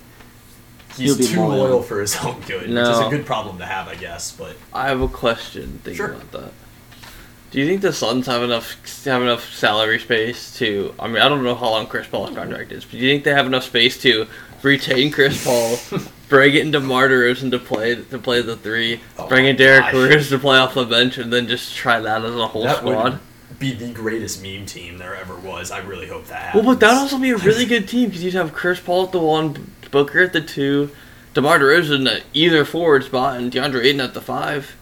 He'll
he's
be
too
loyal.
loyal. for his own good, which is
No.
a good problem to have, I guess. But
I have a question. Thinking
Sure.
about that. Do you think the Suns have enough have enough salary space to? I mean, I don't know how long Chris Paul's contract is, but do you think they have enough space to retain Chris Paul,
Oh
bring in DeMar DeRozan to play to play the three,
Oh
bring in
my
Derek
gosh.
Rose to play off the bench, and then just try that as a whole
that
squad?
would be the greatest meme team there ever was. I really hope that
Well,
happens.
but that'd also be a really good team because you'd have Chris Paul at the one, Booker at the two, DeMar DeRozan at either forward spot, and DeAndre Ayton at the five.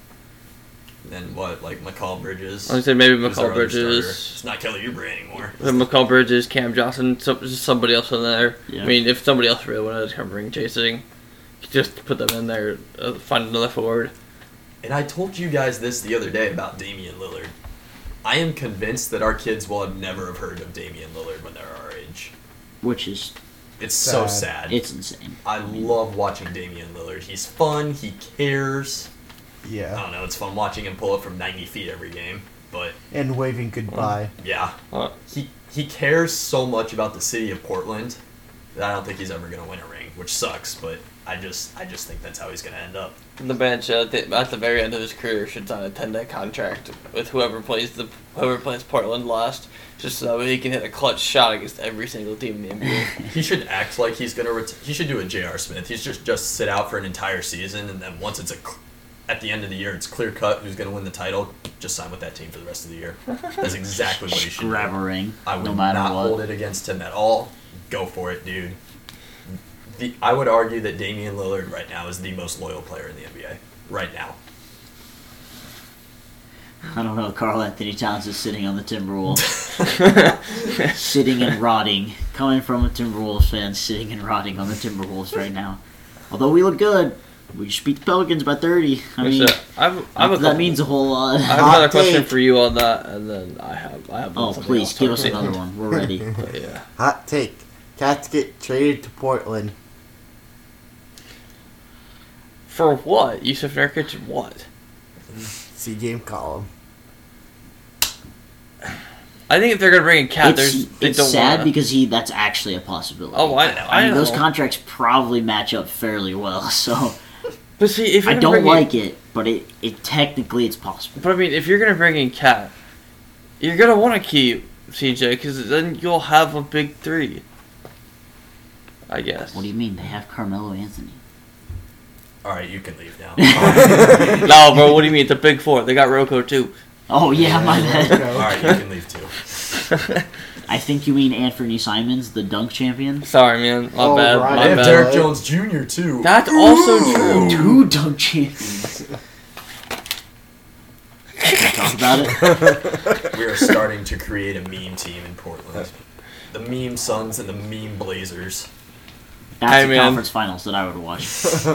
And what, like McCall Bridges?
I would say maybe
was their
McCall
other
Bridges.
starter. It's not Kelly Oubre anymore.
The McCall Bridges, Cam Johnson, some, just somebody else in there.
Yeah.
I mean, if somebody else really wanted to come ring chasing, just put them in there, uh, find another forward.
And I told you guys this the other day about Damian Lillard. I am convinced that our kids will have never have heard of Damian Lillard when they're our age.
Which is
It's so
Sad.
sad.
it's insane.
I love watching Damian Lillard. He's fun. He cares. I
Yeah.
don't know. It's fun watching him pull up from 90 feet every game. But
And waving goodbye.
yeah,
Uh,
he he cares so much about the city of Portland that I don't think he's ever gonna win a ring, which sucks. But I just I just think that's how he's gonna end up.
the bench
uh,
at the, at the very end of his career should sign a ten day contract with whoever plays the whoever plays Portland last, just so that way he can hit a clutch shot against every single team in the NBA.
He should act like he's gonna. Ret- he should do a J.R. Smith. He's just just sit out for an entire season, and then once it's a, cl- at the end of the year, it's clear cut who's gonna win the title. Just sign with that team for the rest of the year. That's exactly what he
Just
should.
grab
do.
a ring,
I would
no matter
not
what.
hold it against him at all. Go for it, dude. The, I would argue that Damian Lillard right now is the most loyal player in the NBA. Right now,
I don't know. Carl Anthony Towns is sitting on the Timberwolves, sitting and rotting. Coming from a Timberwolves fan, sitting and rotting on the Timberwolves right now. Although we look good, we just beat the Pelicans by thirty. I mean,
So, I've, I've a
that
couple-
means a whole lot.
I have another
Hot take.
question for you on that, and then I have I have.
oh,
something
please
else
give
to
us
say.
another one. We're ready.
But, yeah.
Hot take. Cats get traded to Portland.
For what? Yusuf Nurkic, what?
See game column.
I think if they're gonna bring in Cat,
it's
there's they
it's
don't
sad
wanna.
because he that's actually a possibility.
Oh, I,
I
I,
mean,
know.
those contracts probably match up fairly well, so
but see, if
I
you're gonna
don't
bring
like it, but it, it technically it's
In,
possible.
but I mean, if you're gonna bring in Cat, you're gonna want to keep CJ because then you'll have a big three. I guess.
What do you mean? They have Carmelo Anthony.
all right, you can leave now.
no, bro. What do you mean? It's a big four. They got Roko too.
Oh yeah, my bad.
all right, you can leave too.
I think you mean Anthony Simons, the dunk champion.
Sorry, man. My
Oh,
bad.
right.
My
They have
bad.
Derek Jones Jr. too.
That's also true.
Two dunk champions. Can I talk about it.
We are starting to create a meme team in Portland. The meme Suns and the meme Blazers.
That's
Hey,
the
man.
conference finals that I would watch.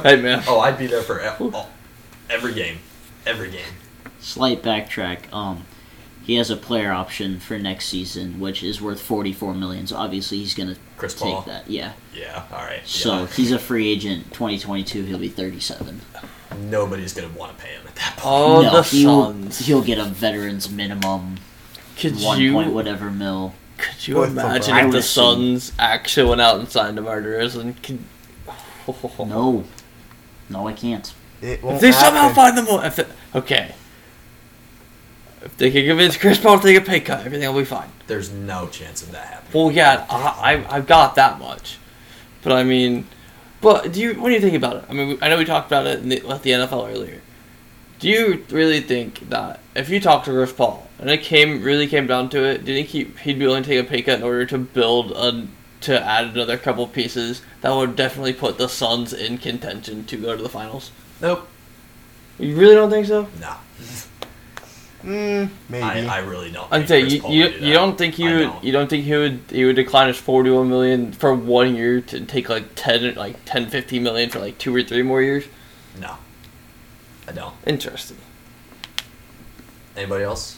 Hey, man.
Oh, I'd be there for e- all- every game, every game.
Slight backtrack. Um, He has a player option for next season, which is worth forty four million. So obviously he's gonna
Chris
take
Paul.
that. Yeah.
Yeah. All right.
So
yeah.
he's a free agent. Twenty twenty two, he'll be thirty seven.
nobody's gonna want to pay him at that point.
Oh, the
he'll,
Suns.
he'll get a veterans minimum
Could
one
you
point whatever mil.
could you
Worth of
imagine
I
if the
would assume.
Suns actually went out and signed DeMar DeRozan? Could,
No, no, I can't.
It won't
If they somehow
happen.
find the mo- if the okay. If they can convince Chris Paul to take a pay cut, everything will be fine.
There's no chance of that happening.
Well, yeah, I, I I've got that much, but I mean, but do you? What do you think about it? I mean, I know we talked about it in the, with the NFL earlier. Do you really think that if you talk to Chris Paul and it came really came down to it, didn't he he'd be willing to take a pay cut in order to build a to add another couple pieces that would definitely put the Suns in contention to go to the finals?
Nope.
You really don't think so?
Nah.
Mm, maybe.
I, I really don't.
I'm
think
saying
Chris
you,
Paul
you,
would do
you
that.
don't think he
I
would
don't.
you don't think he would he would decline his forty one million for one year to take like ten like 10, 15 million for like two or three more years.
No. I don't.
Interesting.
Anybody else?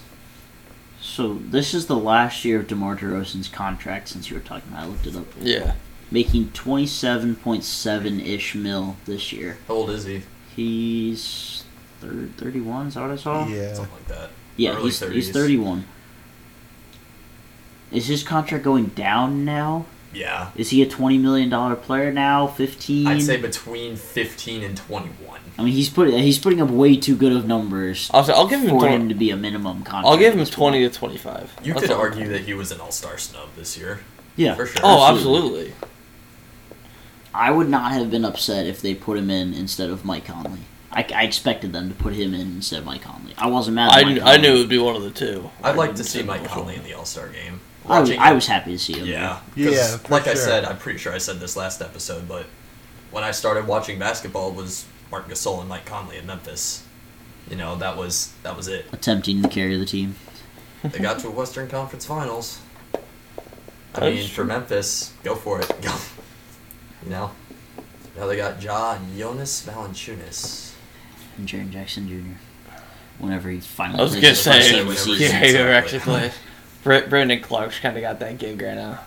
So this is the last year of DeMar DeRozan's contract since you were talking about. it. I looked it up.
Yeah.
Making twenty seven point seven ish mil this year.
How old is he?
He's thir- thirty one. Is that what I saw?
yeah.
Something like that.
Yeah,
Early
he's, he's
30s.
thirty one. Is his contract going down now?
Yeah.
Is he a twenty million dollar player now? Fifteen?
I'd say between 15 and 21.
I mean, he's putting he's putting up way too good of numbers
I'll say, I'll give him
for
20,
him to be a minimum contract.
I'll give him
as well.
twenty to twenty five.
You could argue that he was an all-star snub this year.
Yeah.
For sure.
Oh,
absolutely.
absolutely.
I would not have been upset if they put him in instead of Mike Conley. I, I expected them to put him in instead of Mike Conley. I wasn't mad. At
I,
Mike
kn- I
Conley.
knew it would be one of the two.
I'd like
I
to see
didn't
Mike
know.
Conley in the all-star game.
I was,
Watching
I
him-
was happy to see him.
Yeah. 'cause
Yeah, for
Like I
sure.
said, I'm pretty sure I said this last episode, but when I started watching basketball was Mark Gasol and Mike Conley in Memphis. You know, that was that was it.
attempting to carry the team.
They got to a Western Conference Finals. I
That's
mean, for
true.
Memphis, go for it. Go. You know. Now they got Ja and Jonas Valanciunas.
And Jaren Jackson Jr. Whenever he finally.
I was
plays
gonna
his first
say,
game of the
whenever
season.
he's-
yeah, they're actually
Exactly.
playing. Br- Brandon Clark's kind of got that gig right now.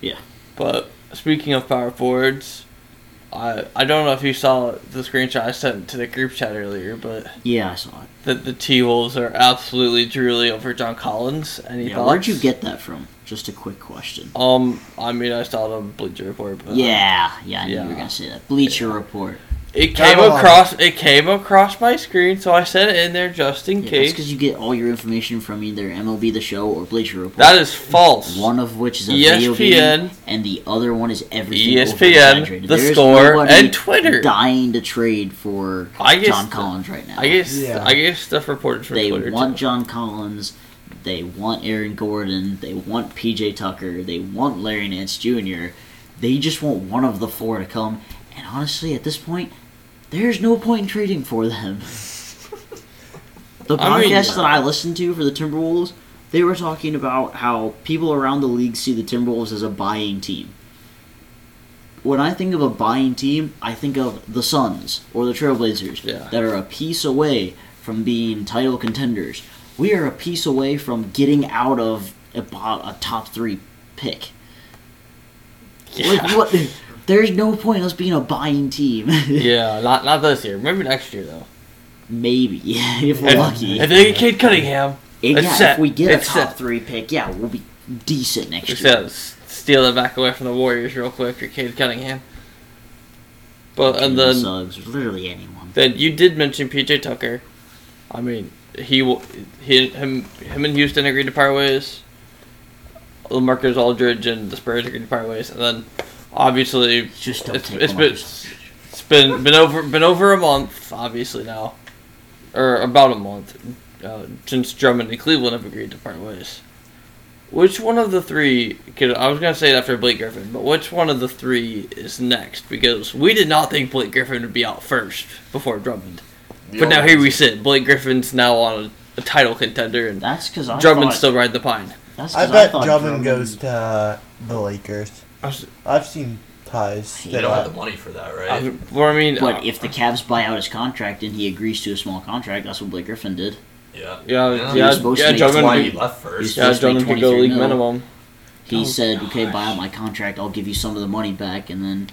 Yeah.
But speaking of power forwards, I I don't know if you saw the screenshot I sent to the group chat earlier, but
Yeah, I saw it.
that the T Wolves are absolutely drooling over John Collins. Any
Yeah,
thoughts?
where'd you get that from? Just a quick question.
Um, I mean, I saw it on Bleacher Report, but
yeah, yeah, I knew you were
Uh, yeah.
gonna say that. Bleacher Report.
it came
Come on.
across it came across my screen, so I sent it in there just in
Yeah, that's
case.
because you get all your information from either MLB The Show or Bleacher Report.
That is E false.
One of which is a video game,
ESPN.
and the other one is everything.
E ESPN,
over-exaggerated.
The
There is
Score,
nobody
and Twitter.
dying to trade for
I guess
John
the-
Collins right now.
I guess
Yeah.
I guess stuff reported from
they
Twitter.
want
too.
John Collins. They want Aaron Gordon. They want PJ Tucker. They want Larry Nance Jr. They just want one of the four to come. And honestly, at this point, there's no point in trading for them. the podcast
I mean-
that I listened to for the Timberwolves, they were talking about how people around the league see the Timberwolves as a buying team. When I think of a buying team, I think of the Suns or the Trailblazers
Yeah.
that are a piece away from being title contenders. We are a piece away from getting out of a, bo- a top three pick. Like,
Yeah.
what- There's no point in us being a buying team.
yeah, not not this year. Maybe next year though.
Maybe if we're
Yeah.
lucky.
If they get Kate Cunningham,
And
It's
yeah, if
set.
we get a
It's
top
set.
three pick, yeah, we'll be decent next
just
year.
uh, s- steal it back away from the Warriors real quick or Cade Cunningham. But and
Jalen
then
Suggs, literally anyone.
then you did mention PJ Tucker. I mean, he w- he him him and Houston agreed to part ways. LaMarcus Aldridge and the Spurs agreed to part ways, and then obviously
Just don't
It's-
take
it's
them
been-
off.
It's been been over been over a month, obviously now, or about a month uh, since Drummond and Cleveland have agreed to part ways. Which one of the three? Could, I was gonna say it after Blake Griffin, but which one of the three is next? Because we did not think Blake Griffin would be out first before Drummond, but now here we sit. Blake Griffin's now on a, a title contender, and
That's because I
Drummond's
thought,
still riding the pine.
That's 'cause
I bet
thought
Drummond goes to uh, the Lakers. I've seen ties.
You
They
that
don't
I-
have the money for that, right?
I, well, I mean, uh,
But if the Cavs buy out his contract and he agrees to a small contract, that's what Blake Griffin did.
Yeah.
uh, Yeah,
Yeah.
yeah,
He
yeah.
was supposed to make
Jugman
Why
Jovan-
he
could-
left first?
He's-
yeah,
supposed to make
Jugman could go
23
league
mil.
minimum.
He
Oh,
said, "Okay,
gosh.
buy out my contract. I'll give you some of the money back." And then,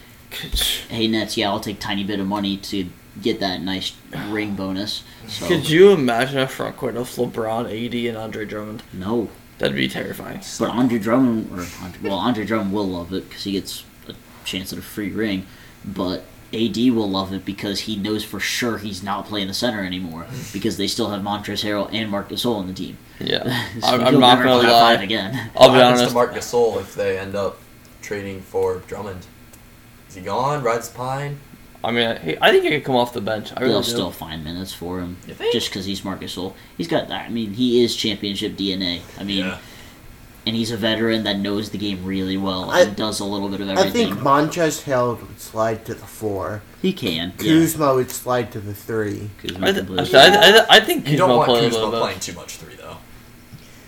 hey Nets, yeah, I'll take tiny bit of money to get that nice ring bonus. So
Could you imagine a front court of LeBron, AD, and Andre Drummond?
no,
That'd be terrifying.
but Andre Drummond, or Andre, well, Andre Drummond will love it because he gets a chance at a free ring. But AD will love it because he knows for sure he's not playing the center anymore because they still have Montrezl Harrell and Marc Gasol on the team.
Yeah,
So
I'm,
he'll
I'm not
never
gonna
play five
lie.
again.
I'll
What
be
happens
honest.
to Mark Gasol if they end up trading for Drummond? Is he gone? Rides Pine?
I mean, I, I think he could come off the bench. I really
They'll
do.
still find minutes for him
You think?
just because he's Marcus Gasol. He's got that. I mean, he is championship DNA. I mean,
Yeah.
and he's a veteran that knows the game really well
I-
and does a little bit of
I
everything.
think Montrezl Held would slide to the four.
he can. Yeah.
Kuzma would slide to the three.
Kuzma
I,
can
th-
play
I,
the
th- I, th- I think
You don't
Kuzma
want
playing a
Kuzma
little bit.
playing too much three though.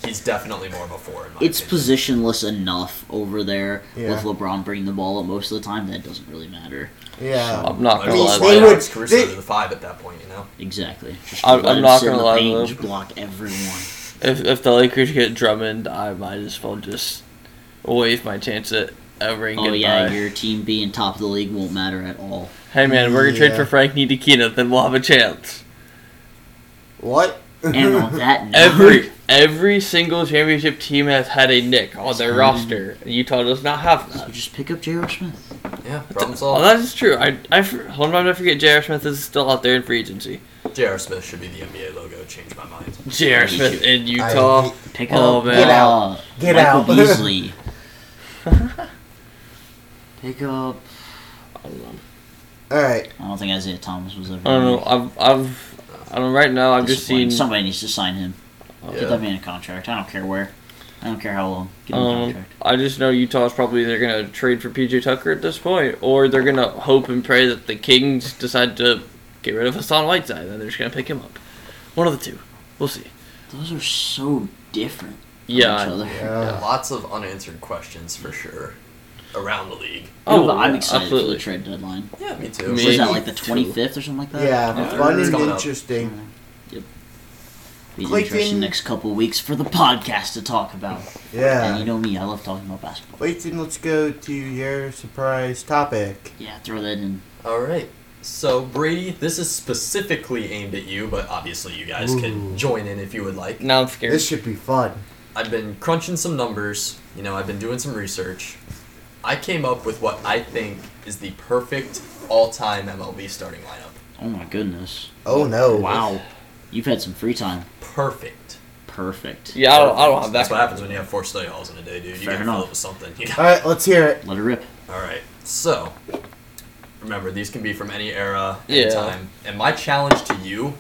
He's definitely more of a four. In my
it's
opinion.
positionless enough over there
Yeah.
with LeBron bringing the ball up most of the time that it doesn't really matter.
Yeah.
I'm not
Like,
gonna
mean,
lie.
why
though.
they
not
would-
ask Caruso
they-
to the five at that point, you know.
Exactly. Just
I'm-
let
I'm
him
not
sit in
gonna
the
lie,
paint,
though.
just block everyone.
If if the Lakers get Drummond, I might as well just waive my chance at a ring
Oh
goodbye.
yeah, your team being top of the league won't matter at all.
Hey man, we're gonna
Yeah.
trade for Frank Ntilikina, then we'll have a chance.
What?
And on that note,
Every every single championship team has had a Nick on their roster. and Utah does not have
So
that.
just pick up J.R. Smith.
Yeah, problem
Well,
solved.
that is true. I I for- hold on, I forget J.R. Smith is still out there in free agency.
J.R. Smith should be the NBA logo. Changed my mind.
J.R. Smith in Utah.
Pick
Oh,
up,
man. Get
out.
uh,
Get
Michael
out.
Beasley. Pick up.
I don't know.
All right.
I don't think Isaiah Thomas was ever.
I don't know. I've I've I don't right now. I've just
Disappointing.
seen.
somebody needs to sign him.
Yeah.
Get that man a contract. I don't care where. I don't care how long. Get him a
Um,
contract.
I just know Utah's probably they're gonna trade for PJ Tucker at this point, or they're gonna hope and pray that the Kings decide to get rid of Hassan Whiteside, and they're just gonna pick him up. One of the two. We'll see.
Those are so different. from
Yeah.
Each other.
Yeah.
Lots of unanswered questions for sure around the league.
Oh,
Oh,
I'm
yeah,
excited for
absolutely.
the trade deadline.
Yeah, me too.
What
Me-
is that like the
too.
25th or something like that?
Yeah.
Yeah.
Fun
It's
and
coming up.
interesting.
Be
Clayton-
interesting next couple weeks for the podcast to talk about. And you
Yeah.
know me, I love talking about basketball.
Clayton, let's go to your surprise topic.
Yeah, throw that in.
All right. So Brady, this is specifically aimed at you, but obviously you guys
Ooh.
can join in if you would like.
Now I'm scared.
This should be fun.
I've been crunching some numbers. You know, I've been doing some research. I came up with what I think is the perfect all-time MLB starting lineup.
Oh my goodness.
Oh no.
Wow. You've had some free time.
Perfect.
Perfect.
yeah, I don't, I don't have that.
That's what
kind of-
happens when you have four study halls in a day, dude. You
Fair
gotta
enough.
fill it with something. You
All right, let's hear it.
Let it rip.
All right. So, remember these can be from any era, any
Yeah.
time. And my challenge to you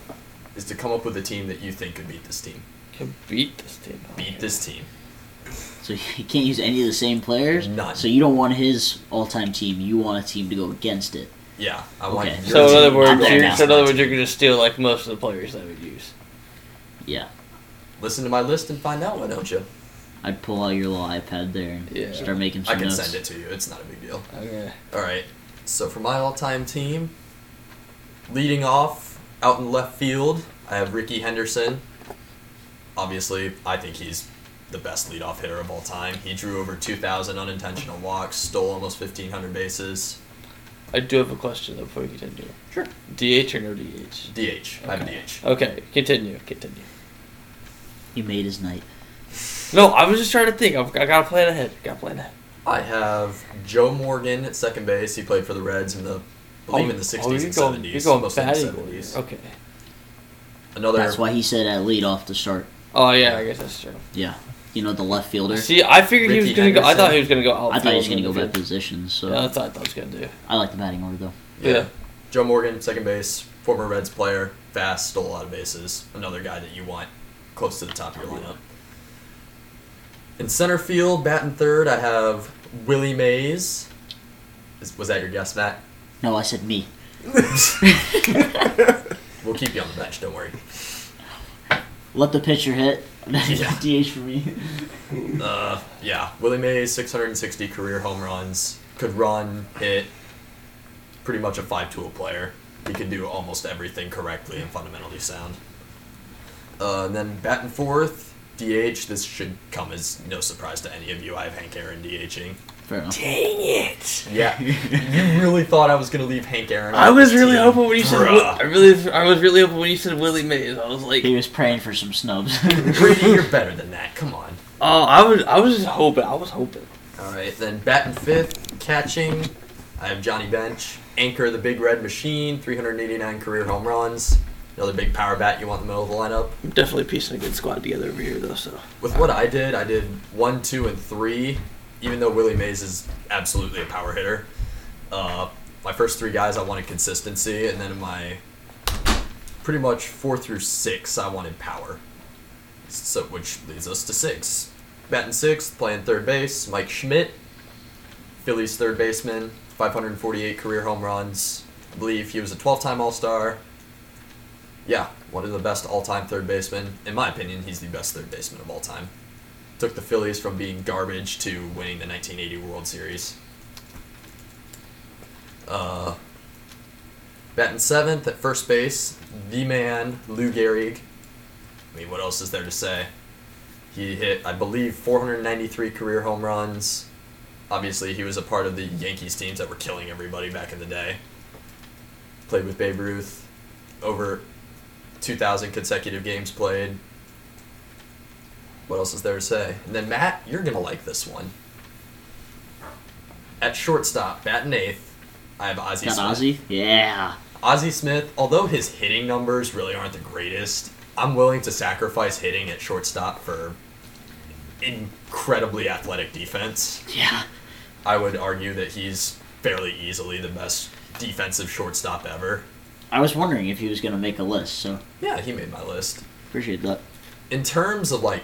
is to come up with a team that you think could beat this team.
Can beat this team.
Beat this team.
So you can't use any of the same players.
None.
So you don't want his all-time team. You want a team to go against it.
Yeah, I want.
Okay.
your
So in
team
other words,
to
I'm
you're,
down.
beat
so in other
my
words,
team.
you're gonna steal like most of the players that would use.
Yeah.
listen to my list and find out. Why don't you?
I'd pull out your little iPad there and
Yeah.
start making
I
some
can
notes.
send it to you. It's not a big deal.
Okay.
All right. So for my all-time team, leading off out in left field, I have Ricky Henderson. Obviously, I think he's the best leadoff hitter of all time. He drew over 2,000 unintentional walks, stole almost 1,500 bases.
I do have a question though before we continue.
Sure.
DH or no DH?
DH. I'm
Okay.
DH.
Okay, continue, continue.
He made his night.
No, I was just trying to think. I've, I gotta plan ahead. Gotta plan ahead.
I have Joe Morgan at second base. He played for the Reds in the, I believe in the 60s
Oh, you're
and
going,
70s.
You're going
mostly in
batting
the 70s.
order. Okay.
Another
That's why he said at lead off to start.
Oh yeah, I guess that's true.
Yeah. You know the left fielder.
See, I figured he was
Ricky
gonna go. I
Henderson.
thought he was gonna go outfield.
I thought he was gonna go
midfield.
back positions. So
Yeah, that's what I thought he was gonna do.
I like the batting order though.
Yeah.
Yeah.
Joe Morgan, second base, former Reds player, fast, stole a lot of bases. Another guy that you want close to the top of your lineup. In center field, batting third, I have Willie Mays. Is, was that your guess, Matt?
No, I said me.
We'll keep you on the bench, don't worry.
Let the pitcher hit.
Yeah.
DH for me.
Uh, yeah, Willie Mays, 660 career home runs, could run, hit, pretty much a five tool player. He could do almost everything correctly and fundamentally sound. Uh, and then batting fourth, DH. This should come as no surprise to any of you. I have Hank Aaron DHing.
Fair enough.
Dang it! Yeah, you really thought I was gonna leave Hank Aaron.
I
off
was
the
really
team.
hoping when you said Wi-
Bruh.
I really I was really hoping when you said Willie Mays. I was like,
He was praying for some snubs.
Brady, you're better than that. Come on.
oh, I was I was just hoping. I was hoping.
All right, then batting fifth, catching. I have Johnny Bench, anchor of the Big Red Machine, 389 career home runs. Another big power bat you want in the middle of the lineup.
I'm definitely piecing a good squad together over here though. So
With what I did, I did one, two, and three. Even though Willie Mays is absolutely a power hitter, uh, my first three guys I wanted consistency, and then in my pretty much four through six I wanted power. So which leads us to six. Batting sixth, playing third base, Mike Schmidt, Phillies third baseman, 548 career home runs. I believe he was a 12-time All-Star. Yeah, one of the best all-time third basemen. In my opinion, he's the best third baseman of all time. Took the Phillies from being garbage to winning the 1980 World Series. Uh, batting seventh at first base, the man Lou Gehrig. I mean, what else is there to say? He hit, I believe, 493 career home runs. Obviously, he was a part of the Yankees teams that were killing everybody back in the day. Played with Babe Ruth, over 2,000 consecutive games played. What else is there to say? And then, Matt, you're going to like this one. At shortstop, batting eighth, I have Ozzie
Got Ozzy?
Smith.
Yeah.
Ozzie Smith, although his hitting numbers really aren't the greatest, I'm willing to sacrifice hitting at shortstop for incredibly athletic defense.
Yeah.
I would argue that he's fairly easily the best defensive shortstop ever.
I was wondering if he was going to make a list, so
Yeah, he made my list.
appreciate that.
in terms of like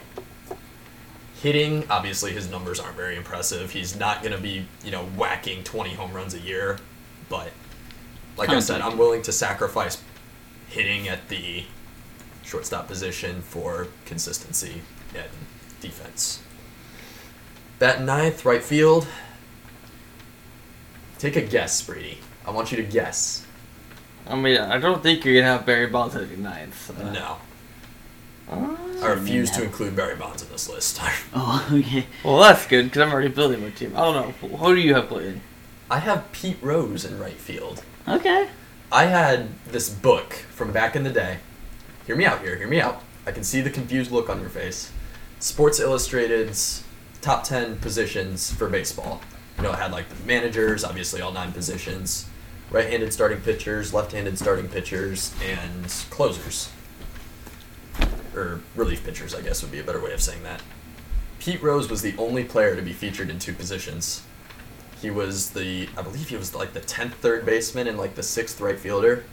hitting, obviously his numbers aren't very impressive. He's not going to be, you know, whacking 20 home runs a year, but like I said, I'm willing to sacrifice hitting at the shortstop position for consistency and defense. Bat ninth, right field. Take a guess, Brady. I want you to guess.
I mean, I don't think you're gonna have Barry Bonds at ninth. so-
No.
Uh,
I refuse to include Barry Bonds in this list.
Oh, okay.
well, that's good because I'm already building my team. I don't know. Who do you have playing?
I have Pete Rose in right field.
Okay.
I had this book from back in the day. Hear me out here, hear me out. I can see the confused look on your face. Sports Illustrated's top 10 positions for baseball. You know, it had like the managers, obviously all nine positions, right handed starting pitchers, left handed starting pitchers, and closers. Or relief pitchers, I guess would be a better way of saying that. Pete Rose was the only player to be featured in two positions. He was the, I believe he was like the 10th third baseman and like the 6th right fielder.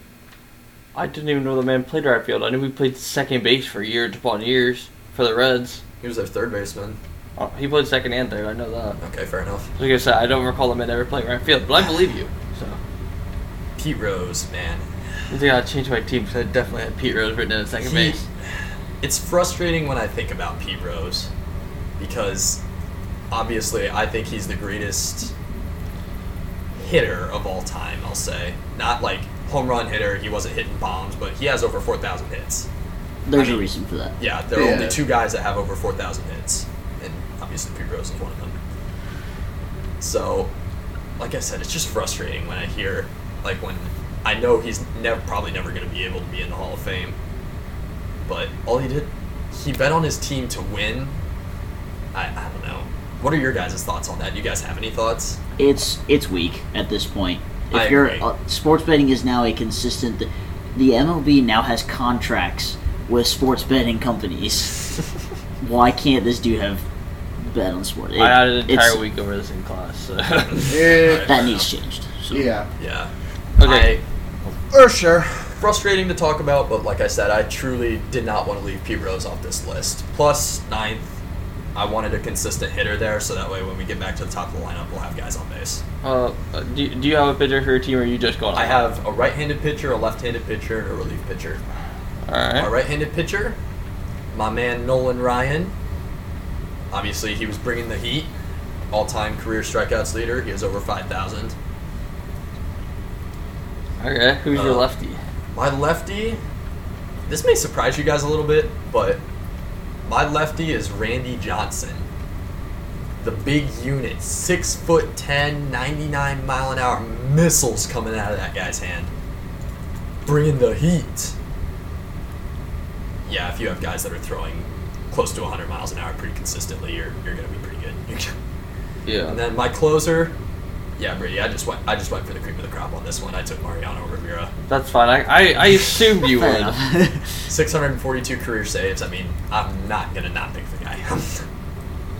I didn't even know the man played right field. I knew he played second base for years upon years for the Reds.
He was their third baseman.
Oh, he played second and third. I know that.
Okay, fair enough.
Like I said, I don't recall the man ever playing right field, but I believe you. So
Pete Rose, man.
I think I changed my team because I definitely had Pete Rose written down at second
He,
base.
it's frustrating when I think about Pete Rose because obviously I think he's the greatest hitter of all time, I'll say. Not like home run hitter, he wasn't hitting bombs, but he has over 4,000 hits.
There's
I
a
mean-
reason for that.
Yeah, there are only
Yeah.
two guys that have over 4,000 hits, and obviously Pete Rose is one of them. So, like I said, it's just frustrating when I hear, like, when I know he's never, probably never going to be able to be in the Hall of Fame, but all he did, he bet on his team to win. I, I don't know. What are your guys' thoughts on that? You guys have any thoughts?
It's it's weak at this point. If
I
you're
agree.
uh, sports betting is now a consistent the MLB now has contracts with sports betting companies. Why can't this dude have bet on sport? It-
I had an
it's-
entire week over this in class. So.
Eh,
That needs changed. So.
yeah.
Yeah.
Okay.
I-
For sure.
frustrating to talk about, but like I said, I truly did not want to leave Pete Rose off this list. Plus, ninth, I wanted a consistent hitter there, so that way when we get back to the top of the lineup, we'll have guys on base.
Uh, uh, do, do you have a pitcher for your team, or are you just going?
I have a right handed pitcher, a left handed pitcher, and a relief pitcher.
All right.
My right handed pitcher, my man Nolan Ryan. Obviously, he was bringing the heat. All time career strikeouts leader. He has over 5,000.
Okay. Who's
Uh,
your lefty?
My lefty, This may surprise you guys a little bit, but my lefty is Randy Johnson. The big unit, six foot 10, 99 mile an hour missiles coming out of that guy's hand. Bringing the heat. Yeah, if you have guys that are throwing close to 100 miles an hour pretty consistently, you're, you're going to be pretty good.
Yeah.
And then my closer, yeah, Brady. I just went. I just went for the cream of the crop on this one. I took Mariano Rivera,
That's fine. I, I, I assumed you
Fair
would.
enough.
642 career saves. I mean, I'm not gonna not pick the guy.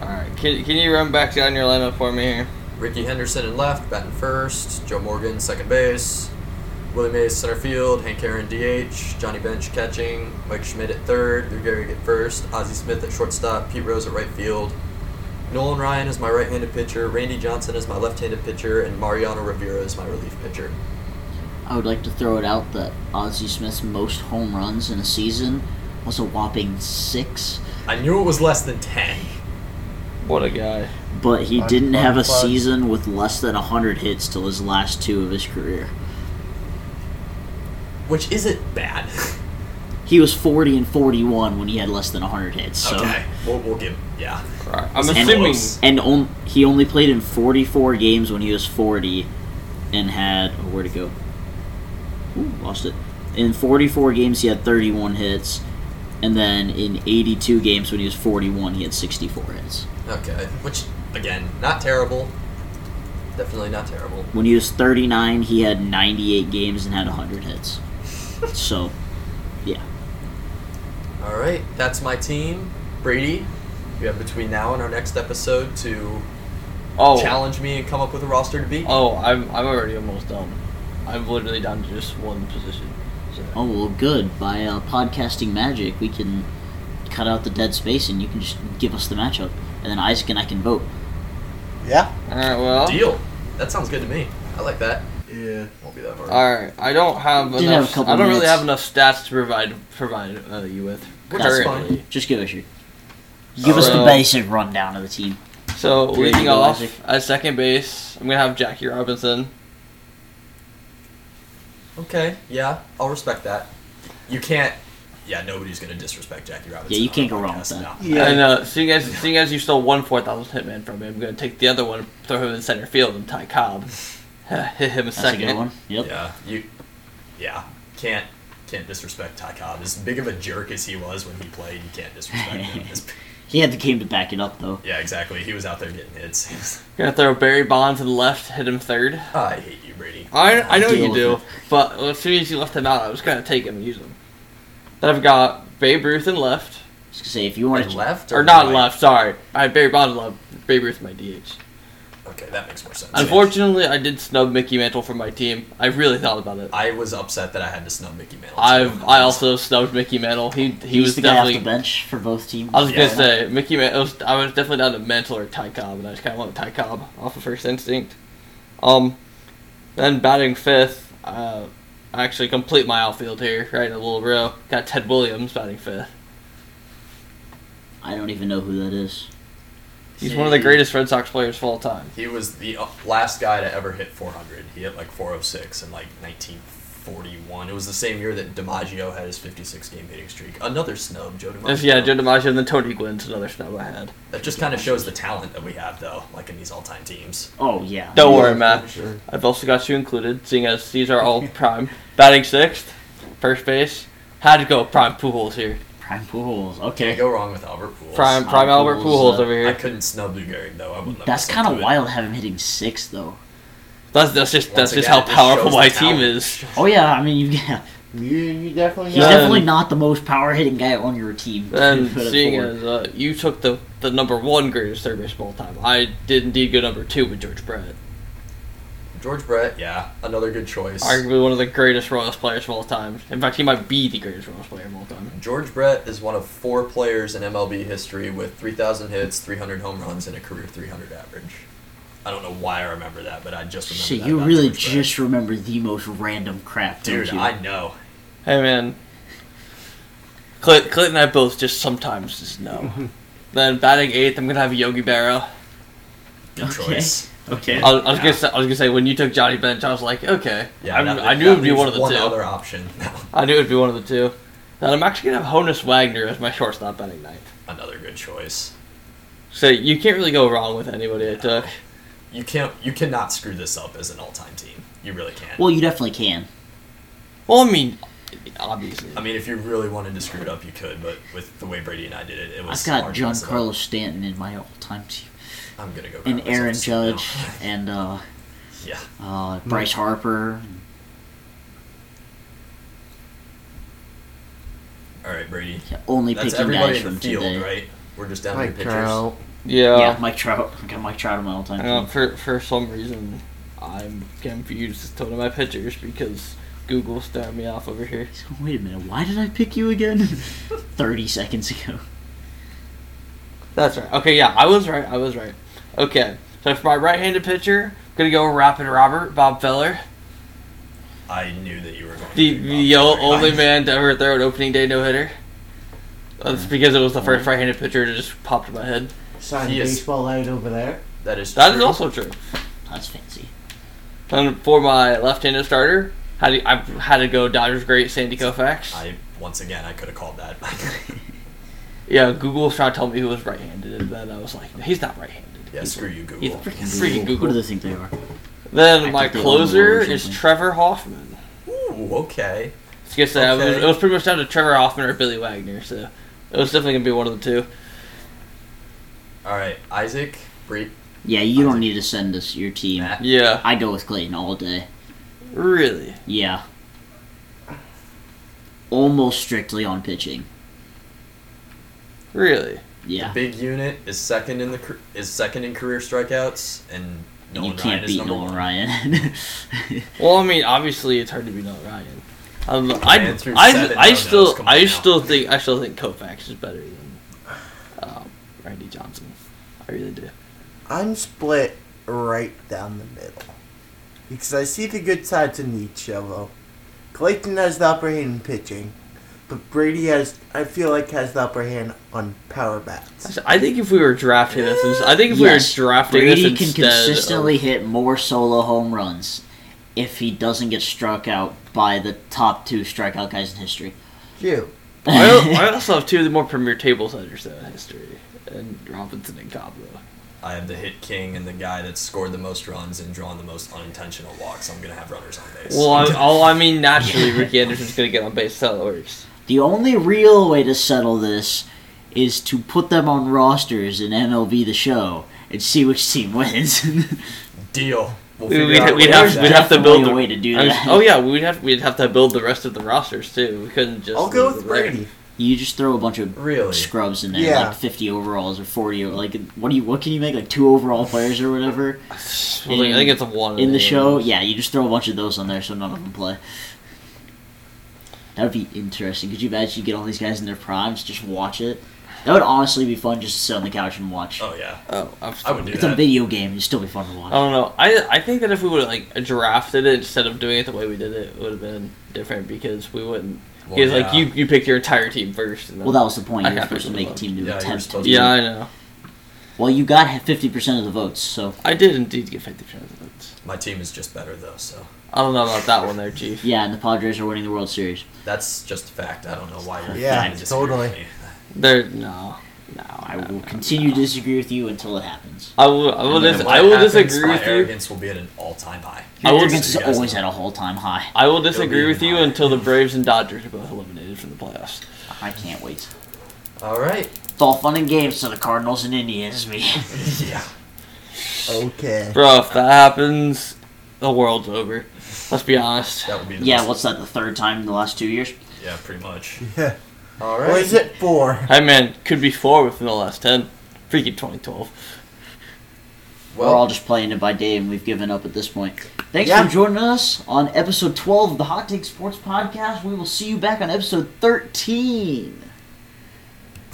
Alright, can, can you run back down your lineup for me here?
Ricky Henderson in left, batting first. Joe Morgan second base. Willie Mays center field. Hank Aaron DH. Johnny Bench catching. Mike Schmidt at third. Lou Gehrig at first. Ozzie Smith at shortstop. Pete Rose at right field. Nolan Ryan is my right-handed pitcher. Randy Johnson is my left-handed pitcher, and Mariano Rivera is my relief pitcher.
I would like to throw it out that Ozzie Smith's most home runs in a season was a whopping six,
I knew it was less than ten.
What a guy.
but he
Unplug,
didn't have a
plug.
season with less than 100 hits till his last two of his career.
which isn't bad.
He was 40 and 41 when he had less than 100 hits. So.
okay, we'll, we'll give yeah.
Alright, I'm
It's
assuming
close.
And on, he only played in 44 games when he was 40 and had. Oh, where'd it go? Ooh, lost it. In 44 games, he had 31 hits. And then in 82 games, when he was 41, he had 64 hits.
Okay, which again, not terrible. Definitely not terrible.
When he was 39, he had 98 games and had 100 hits. So, yeah.
All right, that's my team. Brady, you have between now and our next episode to
Oh
challenge me and come up with a roster to beat.
Uh-huh.
Oh, I'm I'm already almost done. I'm literally down to just one position. So.
Oh, well, good. By uh, podcasting magic, we can cut out the dead space and you can just give us the matchup. And then Isaac and I can vote.
Yeah.
Alright, well
Deal. That sounds good to me. I like that.
Yeah.
Won't be that hard.
Alright, I don't have
Did have
enough.
a couple
I don't really
minutes.
have enough stats to provide provide uh, you with.
Which is
currently.
fine.
Just give us your. Give us the
Alright.
basic rundown of the team.
So
Here you
leading
go,
off
Isaac.
at second base, I'm gonna have Jackie Robinson.
Okay. Yeah, I'll respect that. You can't. Yeah, nobody's gonna disrespect Jackie Robinson.
Yeah, you
on
can't
our
go wrong with
podcast.
that.
No.
Yeah.
And uh, seeing as seeing as you stole one four thousand hitman from me, I'm gonna take the other one, throw him in center field, and Ty Cobb hit him a
That's
second.
a good one. Yep.
Yeah, you. Yeah, can't can't disrespect Ty Cobb. As big of a jerk as he was when he played, you can't disrespect him. It's-
He had the game to back it up, though.
yeah, exactly. He was out there getting hits.
Gonna throw Barry Bond to the left, hit him third.
I hate you, Brady.
I I know
Deal
you
with
do,
it.
but as soon as you left him out, I was gonna take him and use him. Then I've got Babe Ruth in left,
Just to say, if you want
Or
to,
left
or not
right?
left. Sorry, I had Barry Bond in left, Babe Ruth in my DH.
Okay, that makes more sense.
Unfortunately, I did snub Mickey Mantle from my team. I really thought about it.
I was upset that I had to snub Mickey Mantle. too.
I've I also snubbed Mickey Mantle. He he
he's
was
the guy off
definitely.
the bench for both teams.
I was
Yeah.
gonna say Mickey Mantle. was- I was definitely down to Mantle or Ty Cobb, and I just kind of wanted Ty Cobb off of first instinct. Um, then batting fifth, uh, I actually complete my outfield here, right in a little row. Got Ted Williams batting fifth.
I don't even know who that is.
He's one of the
He-
greatest Red Sox players of all time.
He was the uh, last guy to ever hit 400. He hit like 406 in like 1941. It was the same year that DiMaggio had his 56 game hitting streak. Another snub, Joe DiMaggio.
If, yeah, Joe DiMaggio and then Tony Gwynn's another snub I had.
That just kind of shows the talent that we have, though, like in these all-time teams.
Oh yeah.
Don't worry,
Yeah,
Matt.
sure.
I've also got you included, seeing as these are all prime. Batting sixth, first base. Had to go prime Pujols here.
Prime Pujols.
Can't
Okay.
go wrong with Albert Pujols.
Prime
Albert
prime Albert
Pujols,
Pujols
uh,
over
I
here.
couldn't snub Lou Gehrig though. I wouldn't let
That's
myself
kind of
do it.
wild to have him hitting six though.
That's that's just
Once
that's just
again,
how
it just
powerful
shows
my
the
team
talent.
is.
Oh yeah. I mean, you, yeah.
You, you definitely
He's
Yeah.
got
definitely not the most power hitting guy on your team.
And
Put it
seeing
forward.
as uh, you took the the number one greatest third base of all time, I did indeed go number two with George Brett,
George Brett, yeah, another good choice.
arguably one of the greatest Royals players of all time. In fact, he might be the greatest Royals player of all time.
George Brett is one of four players in MLB history with 3,000 hits, 300 home runs, and a career 300 average. I don't know why I remember that, but I just remember
Shit,
that.
you
about
really
George Brett.
just remember the most random crap, don't
Dude,
you?
I know.
Hey man, Clint, Clint and I both just sometimes just know. then batting eighth, I'm gonna have Yogi Berra.
Good
Okay.
choice.
Okay.
I was, I was gonna say, I was gonna say when you took Johnny Bench, I was like, okay,
Yeah,
I,
that-
I
that
knew it would be
leaves
one of the
one
two.
other option.
I knew it would be one of the two. Then I'm actually gonna have Honus Wagner as my shortstop batting ninth.
Another good choice.
So you can't really go wrong with anybody I took.
You can't. You cannot screw this up as an all-time team. You really can't.
well, you definitely can.
Well, I mean, obviously.
I mean, if you really wanted to screw it up, you could. But with the way Brady and I did it, it was.
I've got
largely
John
possible.
Carlos Stanton in my all-time team,
I'm gonna go.
and
grab
Aaron
myself some now.
Judge, and uh,
yeah.
uh, Bryce Harper.
All right, Brady.
Yeah, only
That's
picking guys
everybody in
from
the field,
today.
right? We're just down to the
Mike
pitchers.
Trout.
Yeah.
Yeah, Mike Trout. I got Mike Trout in my all-time
I don't know,
team.
for for some reason, I'm confused as to one of my pictures because Google's throwing me off over here.
He's going, Wait a minute, why did I pick you again? Thirty seconds ago.
That's right. Okay, yeah, I was right. I was right. Okay, so for my right-handed pitcher, I'm gonna go Rapid Robert Bob Feller,
I knew that you were going.
the
to
the o- only man to ever throw an opening day no hitter. That's because it was the first right-handed pitcher that just popped in my head.
Sign
He is-
baseball out over there.
That is.
That is
true.
also true.
That's fancy.
And for my left-handed starter, had to, I had to go Dodgers great Sandy Koufax.
I once again I could have called that.
Yeah, Google was trying to tell me he was right-handed, and then I was like, he's not right-handed.
yeah,
He's-
screw you,
he's
Google.
freaking, freaking
Who do
Google.
they think they are?
Then
I
my
think they own the rules or
closer is
something.
Trevor Hoffman.
Ooh, okay.
I was gonna say, I was-
Okay.
it was pretty much down to Trevor Hoffman or Billy Wagner, so it was definitely gonna be one of the two.
All right, Isaac. Brady.
Yeah, you don't need to send us your team.
Matt.
Yeah,
I go with Clayton all day.
really.
Yeah. Almost strictly on pitching.
Really?
Yeah.
Big unit is second in the car- is second in career strikeouts, and
And
Nolan
you
Ryan
can't
is
beat
number
Nolan
one.
Ryan.
Well, I mean, obviously it's hard to be not Ryan. Um, I,
Man threw
I,
seven
I
no-nos,
still,
come on
I
now.
still think, I still think Koufax is better than um, Randy Johnson. I really do.
I'm split right down the middle. Because I see the good sides in each of them. Clayton has the upper hand in pitching, but Brady has, I feel like, has the upper hand on power bats.
I think if we were drafting this, ins- I think if
Yes,
we were drafting
Brady
this
can
instead, of-
consistently hit more solo home runs if he doesn't get struck out by the top two strikeout guys in history.
You.
I, al- I also have two of the more premier table setters though in history, and Robinson and Cabo.
I have the hit king and the guy that's scored the most runs and drawn the most unintentional walks. I'm gonna have runners on base.
Well, I, all I mean naturally, Ricky Anderson's gonna get on base. That's how it works.
The only real way to settle this is to put them on rosters in MLB The Show and see which team wins.
deal. We'll
We-
figure
we'd-
out
we'd
what
have-
that-
we'd have to
Definitely
build
a
a-
way to do
I was-
that.
oh yeah, we'd have we'd have to build the rest of the rosters too. We couldn't just.
I'll go
leave
with
it there.
Brady.
You just throw a bunch of
Really?
scrubs in there,
Yeah.
like fifty overalls or forty. o- Like, what do you? What can you make? Like two overall players or whatever
I think I think it's a one
in the
Oh, yeah.
show. Yeah, you just throw a bunch of those on there, so none of them play. That would be interesting. Could you imagine you get all these guys in their primes, just watch it? That would honestly be fun, just to sit on the couch and watch.
Oh yeah,
Oh, I'm
I would do
it's
that.
a video game; it'd still be fun to
I
watch.
don't know. I I think that if we would have like drafted it instead of doing it the way we did it, it would have been different because we wouldn't.
Well,
Because
yeah.
like you you picked your entire team first. And then,
Well, that was the point.
I
You were
got
supposed to
fifty
make a
votes.
team to
Yeah, you were
attempt to.
supposed
do
to.
yeah,
it.
I know.
Well, you got fifty percent of the votes, so
I did indeed get 50% of the votes.
my team is just better though, so
I don't know about that one there, Chief.
yeah. And the Padres are winning the World Series.
that's just a fact. I don't know why you're
Yeah,
gonna disagree with
totally.
me.
There, no. No.
I will continue to disagree with you until it happens.
I will, I will,
And then
dis-
when
I
it
will
happens,
disagree
my
with you.
Arrogance will be at an all-time high.
I
I
will-
will
Just
is
so you guys
always
know.
at a whole time high.
I will disagree
be
with you
high.
until the Braves and Dodgers are both eliminated from the playoffs.
I can't wait.
All right.
It's all fun and games to the Cardinals and Indians. Me.
Yeah.
Okay.
Bro, if that happens, the world's over. Let's be honest.
That would be the
yeah,
best-
what's that? The third time in the last two years.
Yeah, pretty much.
Yeah.
All
Or
right.
is it four?
Hey man, could be four within the last ten. Freaking 2012.
We're all
Well,
just playing it by day, and we've given up at this point. Thanks
Yeah.
for joining us on episode twelve of the Hot Take Sports Podcast. We will see you back on episode thirteen.